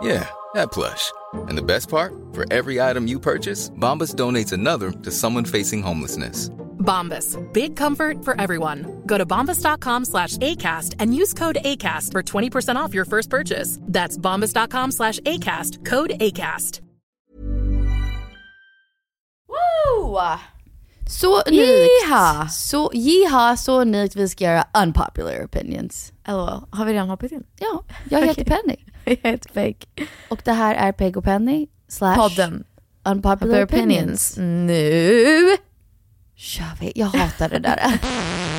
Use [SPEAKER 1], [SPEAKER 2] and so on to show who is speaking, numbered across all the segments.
[SPEAKER 1] Yeah, that plush. And the best part? For every item you purchase, Bombas donates another to someone facing homelessness.
[SPEAKER 2] Bombas. Big comfort for everyone. Go to bombas.com slash ACAST and use code ACAST for 20% off your first purchase. That's bombas.com slash ACAST. Code ACAST.
[SPEAKER 3] Woo! Så nykt. Så, jiha, så nykt vi ska göra unpopular opinions.
[SPEAKER 4] LOL. Har vi redan hoppat in?
[SPEAKER 3] Ja, jag heter Penny.
[SPEAKER 4] Jag heter Peg.
[SPEAKER 3] Och det här är Peg och Penny slash
[SPEAKER 4] Podden.
[SPEAKER 3] unpopular
[SPEAKER 4] Popular
[SPEAKER 3] opinions.
[SPEAKER 4] opinions. Nu.
[SPEAKER 3] kör vi. Jag hatar det där.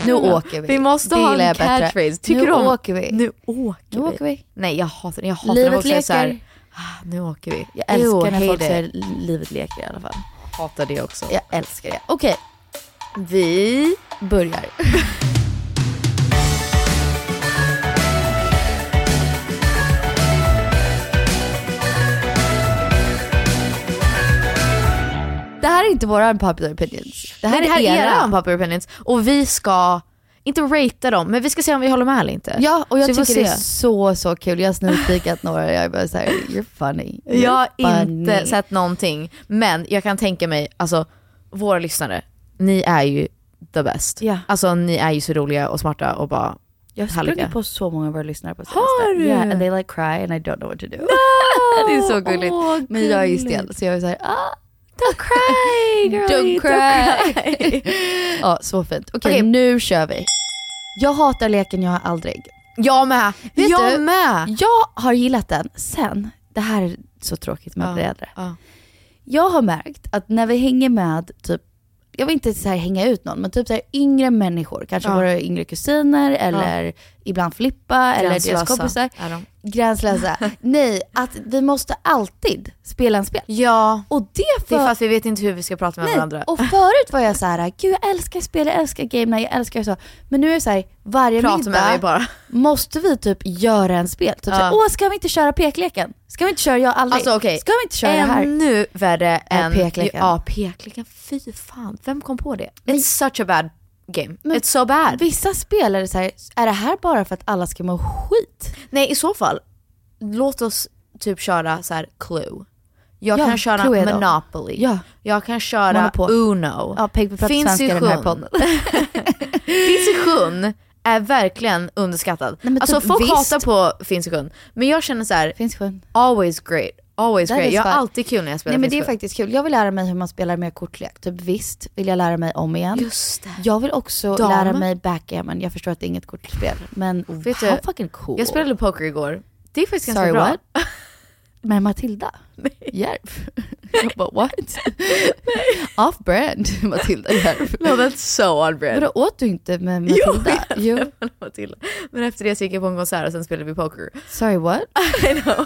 [SPEAKER 3] Nu åker vi.
[SPEAKER 4] Vi måste
[SPEAKER 3] Det
[SPEAKER 4] ha
[SPEAKER 3] gillar
[SPEAKER 4] en
[SPEAKER 3] jag bättre.
[SPEAKER 4] catchphrase. Tycker
[SPEAKER 3] nu
[SPEAKER 4] du om?
[SPEAKER 3] åker vi.
[SPEAKER 4] Nu åker
[SPEAKER 3] Nu åker vi.
[SPEAKER 4] Nej jag hatar det. Jag hatar när
[SPEAKER 3] Livet
[SPEAKER 4] folk säger så här,
[SPEAKER 3] leker.
[SPEAKER 4] ah, nu åker vi.
[SPEAKER 3] Jag älskar
[SPEAKER 4] Jo,
[SPEAKER 3] när
[SPEAKER 4] hej
[SPEAKER 3] folk
[SPEAKER 4] det.
[SPEAKER 3] säger livet leker i alla fall.
[SPEAKER 4] hatar det också.
[SPEAKER 3] Jag älskar det. Okej, vi börjar. Det här är inte våra unpopular opinions. Det här,
[SPEAKER 4] Men det här är era
[SPEAKER 3] unpopular
[SPEAKER 4] unpopular opinions och vi ska, inte ratea dem, men vi ska se om vi håller med eller inte.
[SPEAKER 3] Ja, och jag
[SPEAKER 4] Så vi får
[SPEAKER 3] tycker det är
[SPEAKER 4] se.
[SPEAKER 3] så, så kul. Jag har sneakpeekat några jag är bara såhär, you're funny. You're
[SPEAKER 4] Jag har
[SPEAKER 3] funny.
[SPEAKER 4] inte sett någonting, men jag kan tänka mig, alltså våra lyssnare, ni är ju the best.
[SPEAKER 3] Ja.
[SPEAKER 4] Alltså ni är ju så roliga och smarta och bara
[SPEAKER 3] Jag har
[SPEAKER 4] Härliga.
[SPEAKER 3] sprungit på så många av våra lyssnare på senaste.
[SPEAKER 4] Har du?
[SPEAKER 3] Yeah, and they like cry and I don't know what to do. det är så gulligt.
[SPEAKER 4] Åh,
[SPEAKER 3] Men jag är ju stel
[SPEAKER 4] gulligt.
[SPEAKER 3] så jag är såhär, ah,
[SPEAKER 4] Don't cry girlie,
[SPEAKER 3] don't cry. ja, så fint. Okej,
[SPEAKER 4] Okej.
[SPEAKER 3] nu kör vi. Jag hatar leken jag har aldrig.
[SPEAKER 4] Jag med!
[SPEAKER 3] Vet
[SPEAKER 4] jag
[SPEAKER 3] du?
[SPEAKER 4] med!
[SPEAKER 3] Jag har gillat den sen, det här är så tråkigt med att bli äldre.
[SPEAKER 4] ja.
[SPEAKER 3] Jag har märkt att när vi hänger med, typ, jag vill inte så här hänga ut någon, men typ så här yngre människor, kanske
[SPEAKER 4] Ja.
[SPEAKER 3] våra yngre kusiner eller ibland Filippa eller deras
[SPEAKER 4] Gränslösa
[SPEAKER 3] kompisar.
[SPEAKER 4] är de.
[SPEAKER 3] Gränslösa. Nej, att vi måste alltid spela en spel.
[SPEAKER 4] Ja,
[SPEAKER 3] Och det
[SPEAKER 4] det
[SPEAKER 3] för...
[SPEAKER 4] är för att vi vet inte hur vi ska prata med varandra.
[SPEAKER 3] Nej. Och förut var jag så här, gud jag älskar spel, jag älskar game, jag älskar så. Men nu är det så här, varje
[SPEAKER 4] Prata med
[SPEAKER 3] middag Alltså,
[SPEAKER 4] mig bara.
[SPEAKER 3] måste vi typ göra en spel. Typ så här,
[SPEAKER 4] Ja.
[SPEAKER 3] åh ska vi inte köra pekleken? Ska vi inte köra jag aldrig?
[SPEAKER 4] Alltså, okej.
[SPEAKER 3] Ska vi inte köra det här?
[SPEAKER 4] Ännu värre än...
[SPEAKER 3] pekleken.
[SPEAKER 4] Ja, pekleken. Fy fan, vem kom på det? It's such a bad game. It's so bad.
[SPEAKER 3] Vissa spel är det så här, är det här bara för att alla ska må skit?
[SPEAKER 4] Nej i så fall, låt oss typ köra så här clue. Jag
[SPEAKER 3] Ja,
[SPEAKER 4] kan köra
[SPEAKER 3] Cluedo.
[SPEAKER 4] Monopoly.
[SPEAKER 3] Ja.
[SPEAKER 4] Jag kan köra
[SPEAKER 3] Monopol.
[SPEAKER 4] Uno.
[SPEAKER 3] Ja, pigg på att prata svenska i den här podden.
[SPEAKER 4] Finsiktion är verkligen underskattad.
[SPEAKER 3] Nej, men
[SPEAKER 4] alltså
[SPEAKER 3] typ,
[SPEAKER 4] folk
[SPEAKER 3] visst.
[SPEAKER 4] hatar på finsiktion. Men jag känner så här,
[SPEAKER 3] Finsiktion.
[SPEAKER 4] always great. Always
[SPEAKER 3] That
[SPEAKER 4] great.
[SPEAKER 3] is
[SPEAKER 4] Jag har
[SPEAKER 3] fun.
[SPEAKER 4] alltid kul när jag spelar
[SPEAKER 3] Nej men det är
[SPEAKER 4] finsiktion.
[SPEAKER 3] faktiskt kul. Jag vill lära mig hur man spelar mer kortlek. Typ visst vill jag lära mig om igen.
[SPEAKER 4] Just det.
[SPEAKER 3] Jag vill också
[SPEAKER 4] Dam.
[SPEAKER 3] lära mig backgammon. Jag förstår att det är inget kortspel. Men
[SPEAKER 4] Vet
[SPEAKER 3] how
[SPEAKER 4] du,
[SPEAKER 3] fucking cool.
[SPEAKER 4] Jag spelade poker igår. Det är faktiskt ganska
[SPEAKER 3] Sorry,
[SPEAKER 4] bra.
[SPEAKER 3] what? med Matilda. Järv. Jag bara what? Off brand Matilda Järv.
[SPEAKER 4] No, that's so on brand.
[SPEAKER 3] Vadå åt du inte med Matilda?
[SPEAKER 4] Jo, jag vet, Matilda. Men efter det så gick jag på en konsert och sen spelade vi poker.
[SPEAKER 3] Sorry what?
[SPEAKER 4] I know.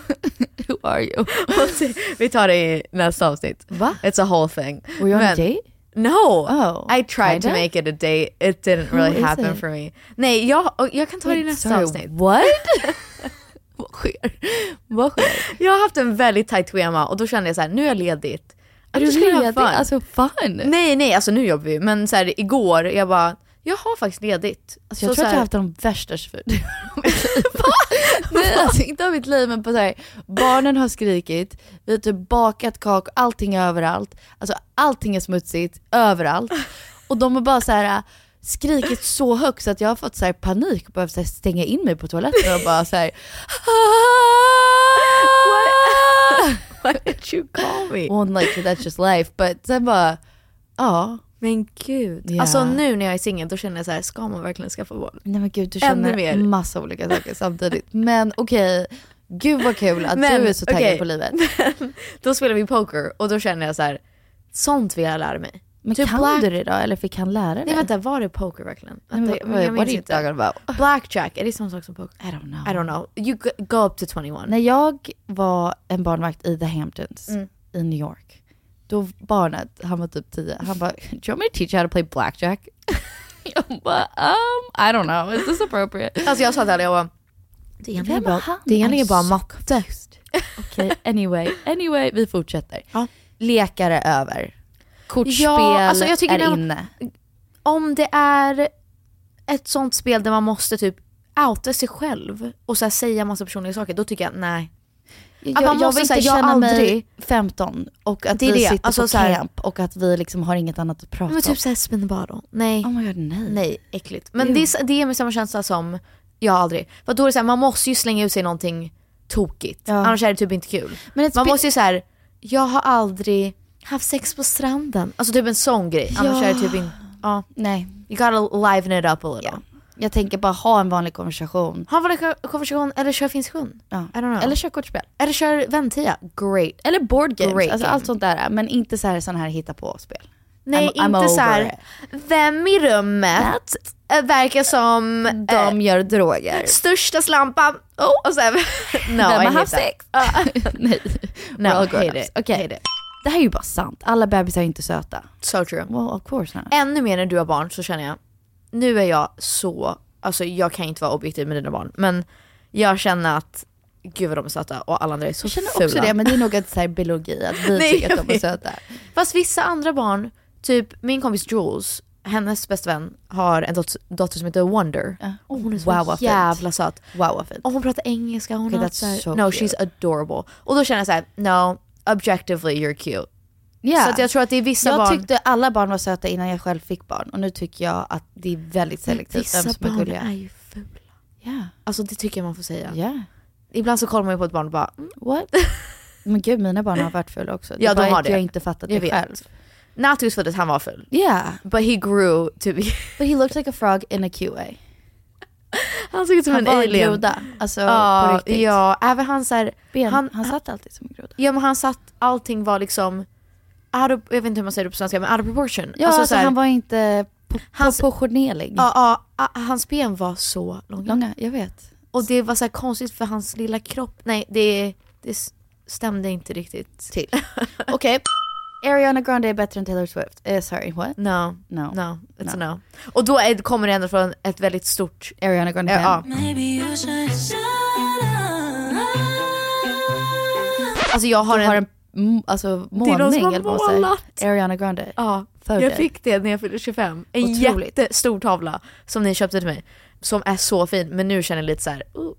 [SPEAKER 3] Who are you?
[SPEAKER 4] Och sen- vi tar det i nästa avsnitt.
[SPEAKER 3] Va?
[SPEAKER 4] It's a whole thing.
[SPEAKER 3] Were you on a
[SPEAKER 4] Men-
[SPEAKER 3] date?
[SPEAKER 4] No!
[SPEAKER 3] Oh,
[SPEAKER 4] I tried to
[SPEAKER 3] kinda?
[SPEAKER 4] make it a date. It didn't really
[SPEAKER 3] is
[SPEAKER 4] happen
[SPEAKER 3] it?
[SPEAKER 4] for me. Nej, jag, och jag kan ta det i
[SPEAKER 3] Wait,
[SPEAKER 4] nästa
[SPEAKER 3] sorry,
[SPEAKER 4] avsnitt.
[SPEAKER 3] What? Vad sker? Vad sker?
[SPEAKER 4] Jag har haft en väldigt tajt schema och då kände jag så här, nu är jag ledigt.
[SPEAKER 3] Är
[SPEAKER 4] Jag
[SPEAKER 3] du
[SPEAKER 4] ska ha
[SPEAKER 3] ledig?
[SPEAKER 4] fun.
[SPEAKER 3] Alltså fun.
[SPEAKER 4] Nej, nej, alltså nu jobbar vi. Men så här, igår, jag bara, jag har faktiskt ledigt. Alltså
[SPEAKER 3] Så alltså,
[SPEAKER 4] så
[SPEAKER 3] jag tror att jag
[SPEAKER 4] här-
[SPEAKER 3] har haft de värsta 24 Nej alltså inte av mitt liv men på så här, barnen har skrikit, vi har typ bakat kakor, allting är överallt. Alltså allting är smutsigt, överallt. Och de har bara så här äh, skrikit så högt så att jag har fått så här panik och behövt så här stänga in mig på toaletten och bara så här.
[SPEAKER 4] Why did you call me?
[SPEAKER 3] One like that's just life but sen bara, ja.
[SPEAKER 4] Men gud.
[SPEAKER 3] Ja.
[SPEAKER 4] Alltså nu när jag är singel då känner jag så här, ska man verkligen skaffa barn?
[SPEAKER 3] Nej men gud du
[SPEAKER 4] Ännu
[SPEAKER 3] känner
[SPEAKER 4] mer.
[SPEAKER 3] massa olika saker samtidigt. Men okej, gud vad kul att
[SPEAKER 4] Men,
[SPEAKER 3] du är så taggad
[SPEAKER 4] okej.
[SPEAKER 3] på livet.
[SPEAKER 4] Då spelar vi poker och då känner jag så här, sånt vill jag lära mig.
[SPEAKER 3] Men
[SPEAKER 4] Typ
[SPEAKER 3] kan
[SPEAKER 4] black-
[SPEAKER 3] du det då? Eller fick han lära dig?
[SPEAKER 4] Nej vänta, var det poker verkligen?
[SPEAKER 3] Nej, men
[SPEAKER 4] Vänta,
[SPEAKER 3] vad-
[SPEAKER 4] jag
[SPEAKER 3] what are
[SPEAKER 4] minns
[SPEAKER 3] you
[SPEAKER 4] inte.
[SPEAKER 3] talking about?
[SPEAKER 4] Blackjack, är det samma sak som poker?
[SPEAKER 3] I don't know.
[SPEAKER 4] I don't know. You go- go up to 21.
[SPEAKER 3] När jag var en barnvakt i The Hamptons i New York, då barnet, han var typ 10, han bara “Do you want me to teach you how to play blackjack?” Jag bara um, “I don't know, is this appropriate?”
[SPEAKER 4] Alltså jag sa till alla, jag bara, det är egentligen
[SPEAKER 3] Vem är
[SPEAKER 4] bara,
[SPEAKER 3] han?
[SPEAKER 4] det är egentligen
[SPEAKER 3] I'm
[SPEAKER 4] bara
[SPEAKER 3] so
[SPEAKER 4] matte.
[SPEAKER 3] Okej, anyway, anyway, vi fortsätter.
[SPEAKER 4] Ja.
[SPEAKER 3] Lekar är över. Kortspel
[SPEAKER 4] Ja, alltså jag tycker
[SPEAKER 3] är
[SPEAKER 4] det-
[SPEAKER 3] inne.
[SPEAKER 4] Om det är ett sånt spel där man måste typ outa sig själv och så här säga massa personliga saker, då tycker jag nej.
[SPEAKER 3] Jag,
[SPEAKER 4] man
[SPEAKER 3] jag
[SPEAKER 4] måste
[SPEAKER 3] vill inte
[SPEAKER 4] säga, jag
[SPEAKER 3] känna mig
[SPEAKER 4] aldrig-
[SPEAKER 3] 15 och att
[SPEAKER 4] Det är
[SPEAKER 3] vi
[SPEAKER 4] det,
[SPEAKER 3] sitter
[SPEAKER 4] alltså
[SPEAKER 3] på
[SPEAKER 4] så här-
[SPEAKER 3] camp och att vi liksom har inget annat att prata
[SPEAKER 4] Men
[SPEAKER 3] om.
[SPEAKER 4] typ såhär spinnbad Nej.
[SPEAKER 3] Oh my god, nej.
[SPEAKER 4] Nej, äckligt. Men det, är, s- det ger mig samma känsla som jag aldrig. För då är det så här, man måste ju slänga ut sig någonting tokigt.
[SPEAKER 3] Ja.
[SPEAKER 4] Annars är det typ inte kul.
[SPEAKER 3] Men ett
[SPEAKER 4] man
[SPEAKER 3] spe-
[SPEAKER 4] måste ju så här, jag har aldrig haft sex på stranden. Alltså typ en sån grej. Annars
[SPEAKER 3] Ja.
[SPEAKER 4] är det typ inte, ja.
[SPEAKER 3] Nej.
[SPEAKER 4] You gotta liven it up a little.
[SPEAKER 3] Jag tänker bara ha en vanlig konversation.
[SPEAKER 4] Ha en vanlig ko- konversation eller kör finsktion.
[SPEAKER 3] Ja.
[SPEAKER 4] I don't know.
[SPEAKER 3] Eller kör kortspel.
[SPEAKER 4] eller kör väntia. Great. Eller board games.
[SPEAKER 3] Great. Alltså
[SPEAKER 4] Alltså,
[SPEAKER 3] allt sånt där. Men inte så här, sån här hitta på-spel.
[SPEAKER 4] Nej,
[SPEAKER 3] I'm- I'm
[SPEAKER 4] inte så
[SPEAKER 3] over
[SPEAKER 4] här. vem i rummet eh, verkar som eh,
[SPEAKER 3] De gör droger.
[SPEAKER 4] största slampan. Oh, och sen, no,
[SPEAKER 3] Vem
[SPEAKER 4] I
[SPEAKER 3] har
[SPEAKER 4] hate
[SPEAKER 3] haft
[SPEAKER 4] that. Ah.
[SPEAKER 3] sex?
[SPEAKER 4] Ja.
[SPEAKER 3] Nej.
[SPEAKER 4] No,
[SPEAKER 3] We're all grown
[SPEAKER 4] hate
[SPEAKER 3] ups.
[SPEAKER 4] it.
[SPEAKER 3] Okej.
[SPEAKER 4] Hate it.
[SPEAKER 3] Det här är ju bara sant. Alla bebisar är inte söta.
[SPEAKER 4] So true.
[SPEAKER 3] Well of course not.
[SPEAKER 4] Ännu mer när du har barn så känner jag, nu är jag så, alltså jag kan inte vara objektiv med dina barn, men jag känner att gud vad de är söta och alla andra är så
[SPEAKER 3] Jag känner
[SPEAKER 4] fula.
[SPEAKER 3] också det men det är nog ett så här biologi att vi
[SPEAKER 4] Nej,
[SPEAKER 3] tycker att
[SPEAKER 4] jag
[SPEAKER 3] de är
[SPEAKER 4] vet.
[SPEAKER 3] söta.
[SPEAKER 4] Fast vissa andra barn, typ min kompis Jules, hennes bästa vän har en dot- dotter som heter Wonder. Och hon är så
[SPEAKER 3] Wow, vad fint.
[SPEAKER 4] jävla söt.
[SPEAKER 3] Wow vad fint.
[SPEAKER 4] Och hon pratar engelska, hon
[SPEAKER 3] Okay,
[SPEAKER 4] har
[SPEAKER 3] that's
[SPEAKER 4] så här,
[SPEAKER 3] so
[SPEAKER 4] No
[SPEAKER 3] cute.
[SPEAKER 4] she's adorable. Och då känner jag så här, no objectively you're cute.
[SPEAKER 3] Ja.
[SPEAKER 4] Så att jag tror att det är vissa
[SPEAKER 3] jag
[SPEAKER 4] barn
[SPEAKER 3] tyckte alla barn var söta innan jag själv fick barn och nu tycker jag att det är väldigt selektivt vem
[SPEAKER 4] Vissa
[SPEAKER 3] som är
[SPEAKER 4] barn
[SPEAKER 3] gulliga.
[SPEAKER 4] är ju fula.
[SPEAKER 3] Ja.
[SPEAKER 4] Alltså det tycker jag man får säga.
[SPEAKER 3] Ja.
[SPEAKER 4] Ibland så kollar man ju på ett barn och bara, mm,
[SPEAKER 3] What? Men gud mina barn har varit fulla också. Det
[SPEAKER 4] Ja,
[SPEAKER 3] är
[SPEAKER 4] de
[SPEAKER 3] bara
[SPEAKER 4] har
[SPEAKER 3] att
[SPEAKER 4] det.
[SPEAKER 3] jag inte fattat det
[SPEAKER 4] Jag vet.
[SPEAKER 3] själv.
[SPEAKER 4] Natus föddes, han var full. typ-
[SPEAKER 3] Yeah.
[SPEAKER 4] But he grew to be...
[SPEAKER 3] But he looked like a frog in a QA.
[SPEAKER 4] Han såg ut som
[SPEAKER 3] Han
[SPEAKER 4] en
[SPEAKER 3] var en
[SPEAKER 4] alien.
[SPEAKER 3] groda. Alltså på
[SPEAKER 4] Ja,
[SPEAKER 3] riktigt.
[SPEAKER 4] ja, även han så här,
[SPEAKER 3] Ben, han,
[SPEAKER 4] Han,
[SPEAKER 3] satt alltid som en groda.
[SPEAKER 4] ja men han satt, allting var liksom, out of, jag vet inte hur man säger det på svenska, men out of proportion.
[SPEAKER 3] Ja, alltså,
[SPEAKER 4] Alltså så här,
[SPEAKER 3] han var inte po-
[SPEAKER 4] Hans-
[SPEAKER 3] proportionerlig.
[SPEAKER 4] ja, ja, a- hans ben var så långa.
[SPEAKER 3] Långa, jag vet.
[SPEAKER 4] Och det var så här konstigt för hans lilla kropp, nej det, det s- stämde inte riktigt.
[SPEAKER 3] Till. Okej. Ariana Grande är bättre än Taylor Swift. Eh, sorry, what?
[SPEAKER 4] No,
[SPEAKER 3] No.
[SPEAKER 4] no, it's
[SPEAKER 3] No.
[SPEAKER 4] no. Och då är, kommer det ändå från ett väldigt stort
[SPEAKER 3] Ariana Grande
[SPEAKER 4] Ja,
[SPEAKER 3] fan.
[SPEAKER 4] Alltså jag har,
[SPEAKER 3] Hon har
[SPEAKER 4] en...
[SPEAKER 3] en m- alltså, målning
[SPEAKER 4] någon som har
[SPEAKER 3] eller vad man säger.
[SPEAKER 4] målat.
[SPEAKER 3] Ariana Grande.
[SPEAKER 4] Ja,
[SPEAKER 3] för
[SPEAKER 4] jag
[SPEAKER 3] dig.
[SPEAKER 4] fick det när jag fyllde 25. En
[SPEAKER 3] Otroligt.
[SPEAKER 4] jättestor tavla som ni köpte till mig. Som är så fin, men nu känner jag lite så här. Oh.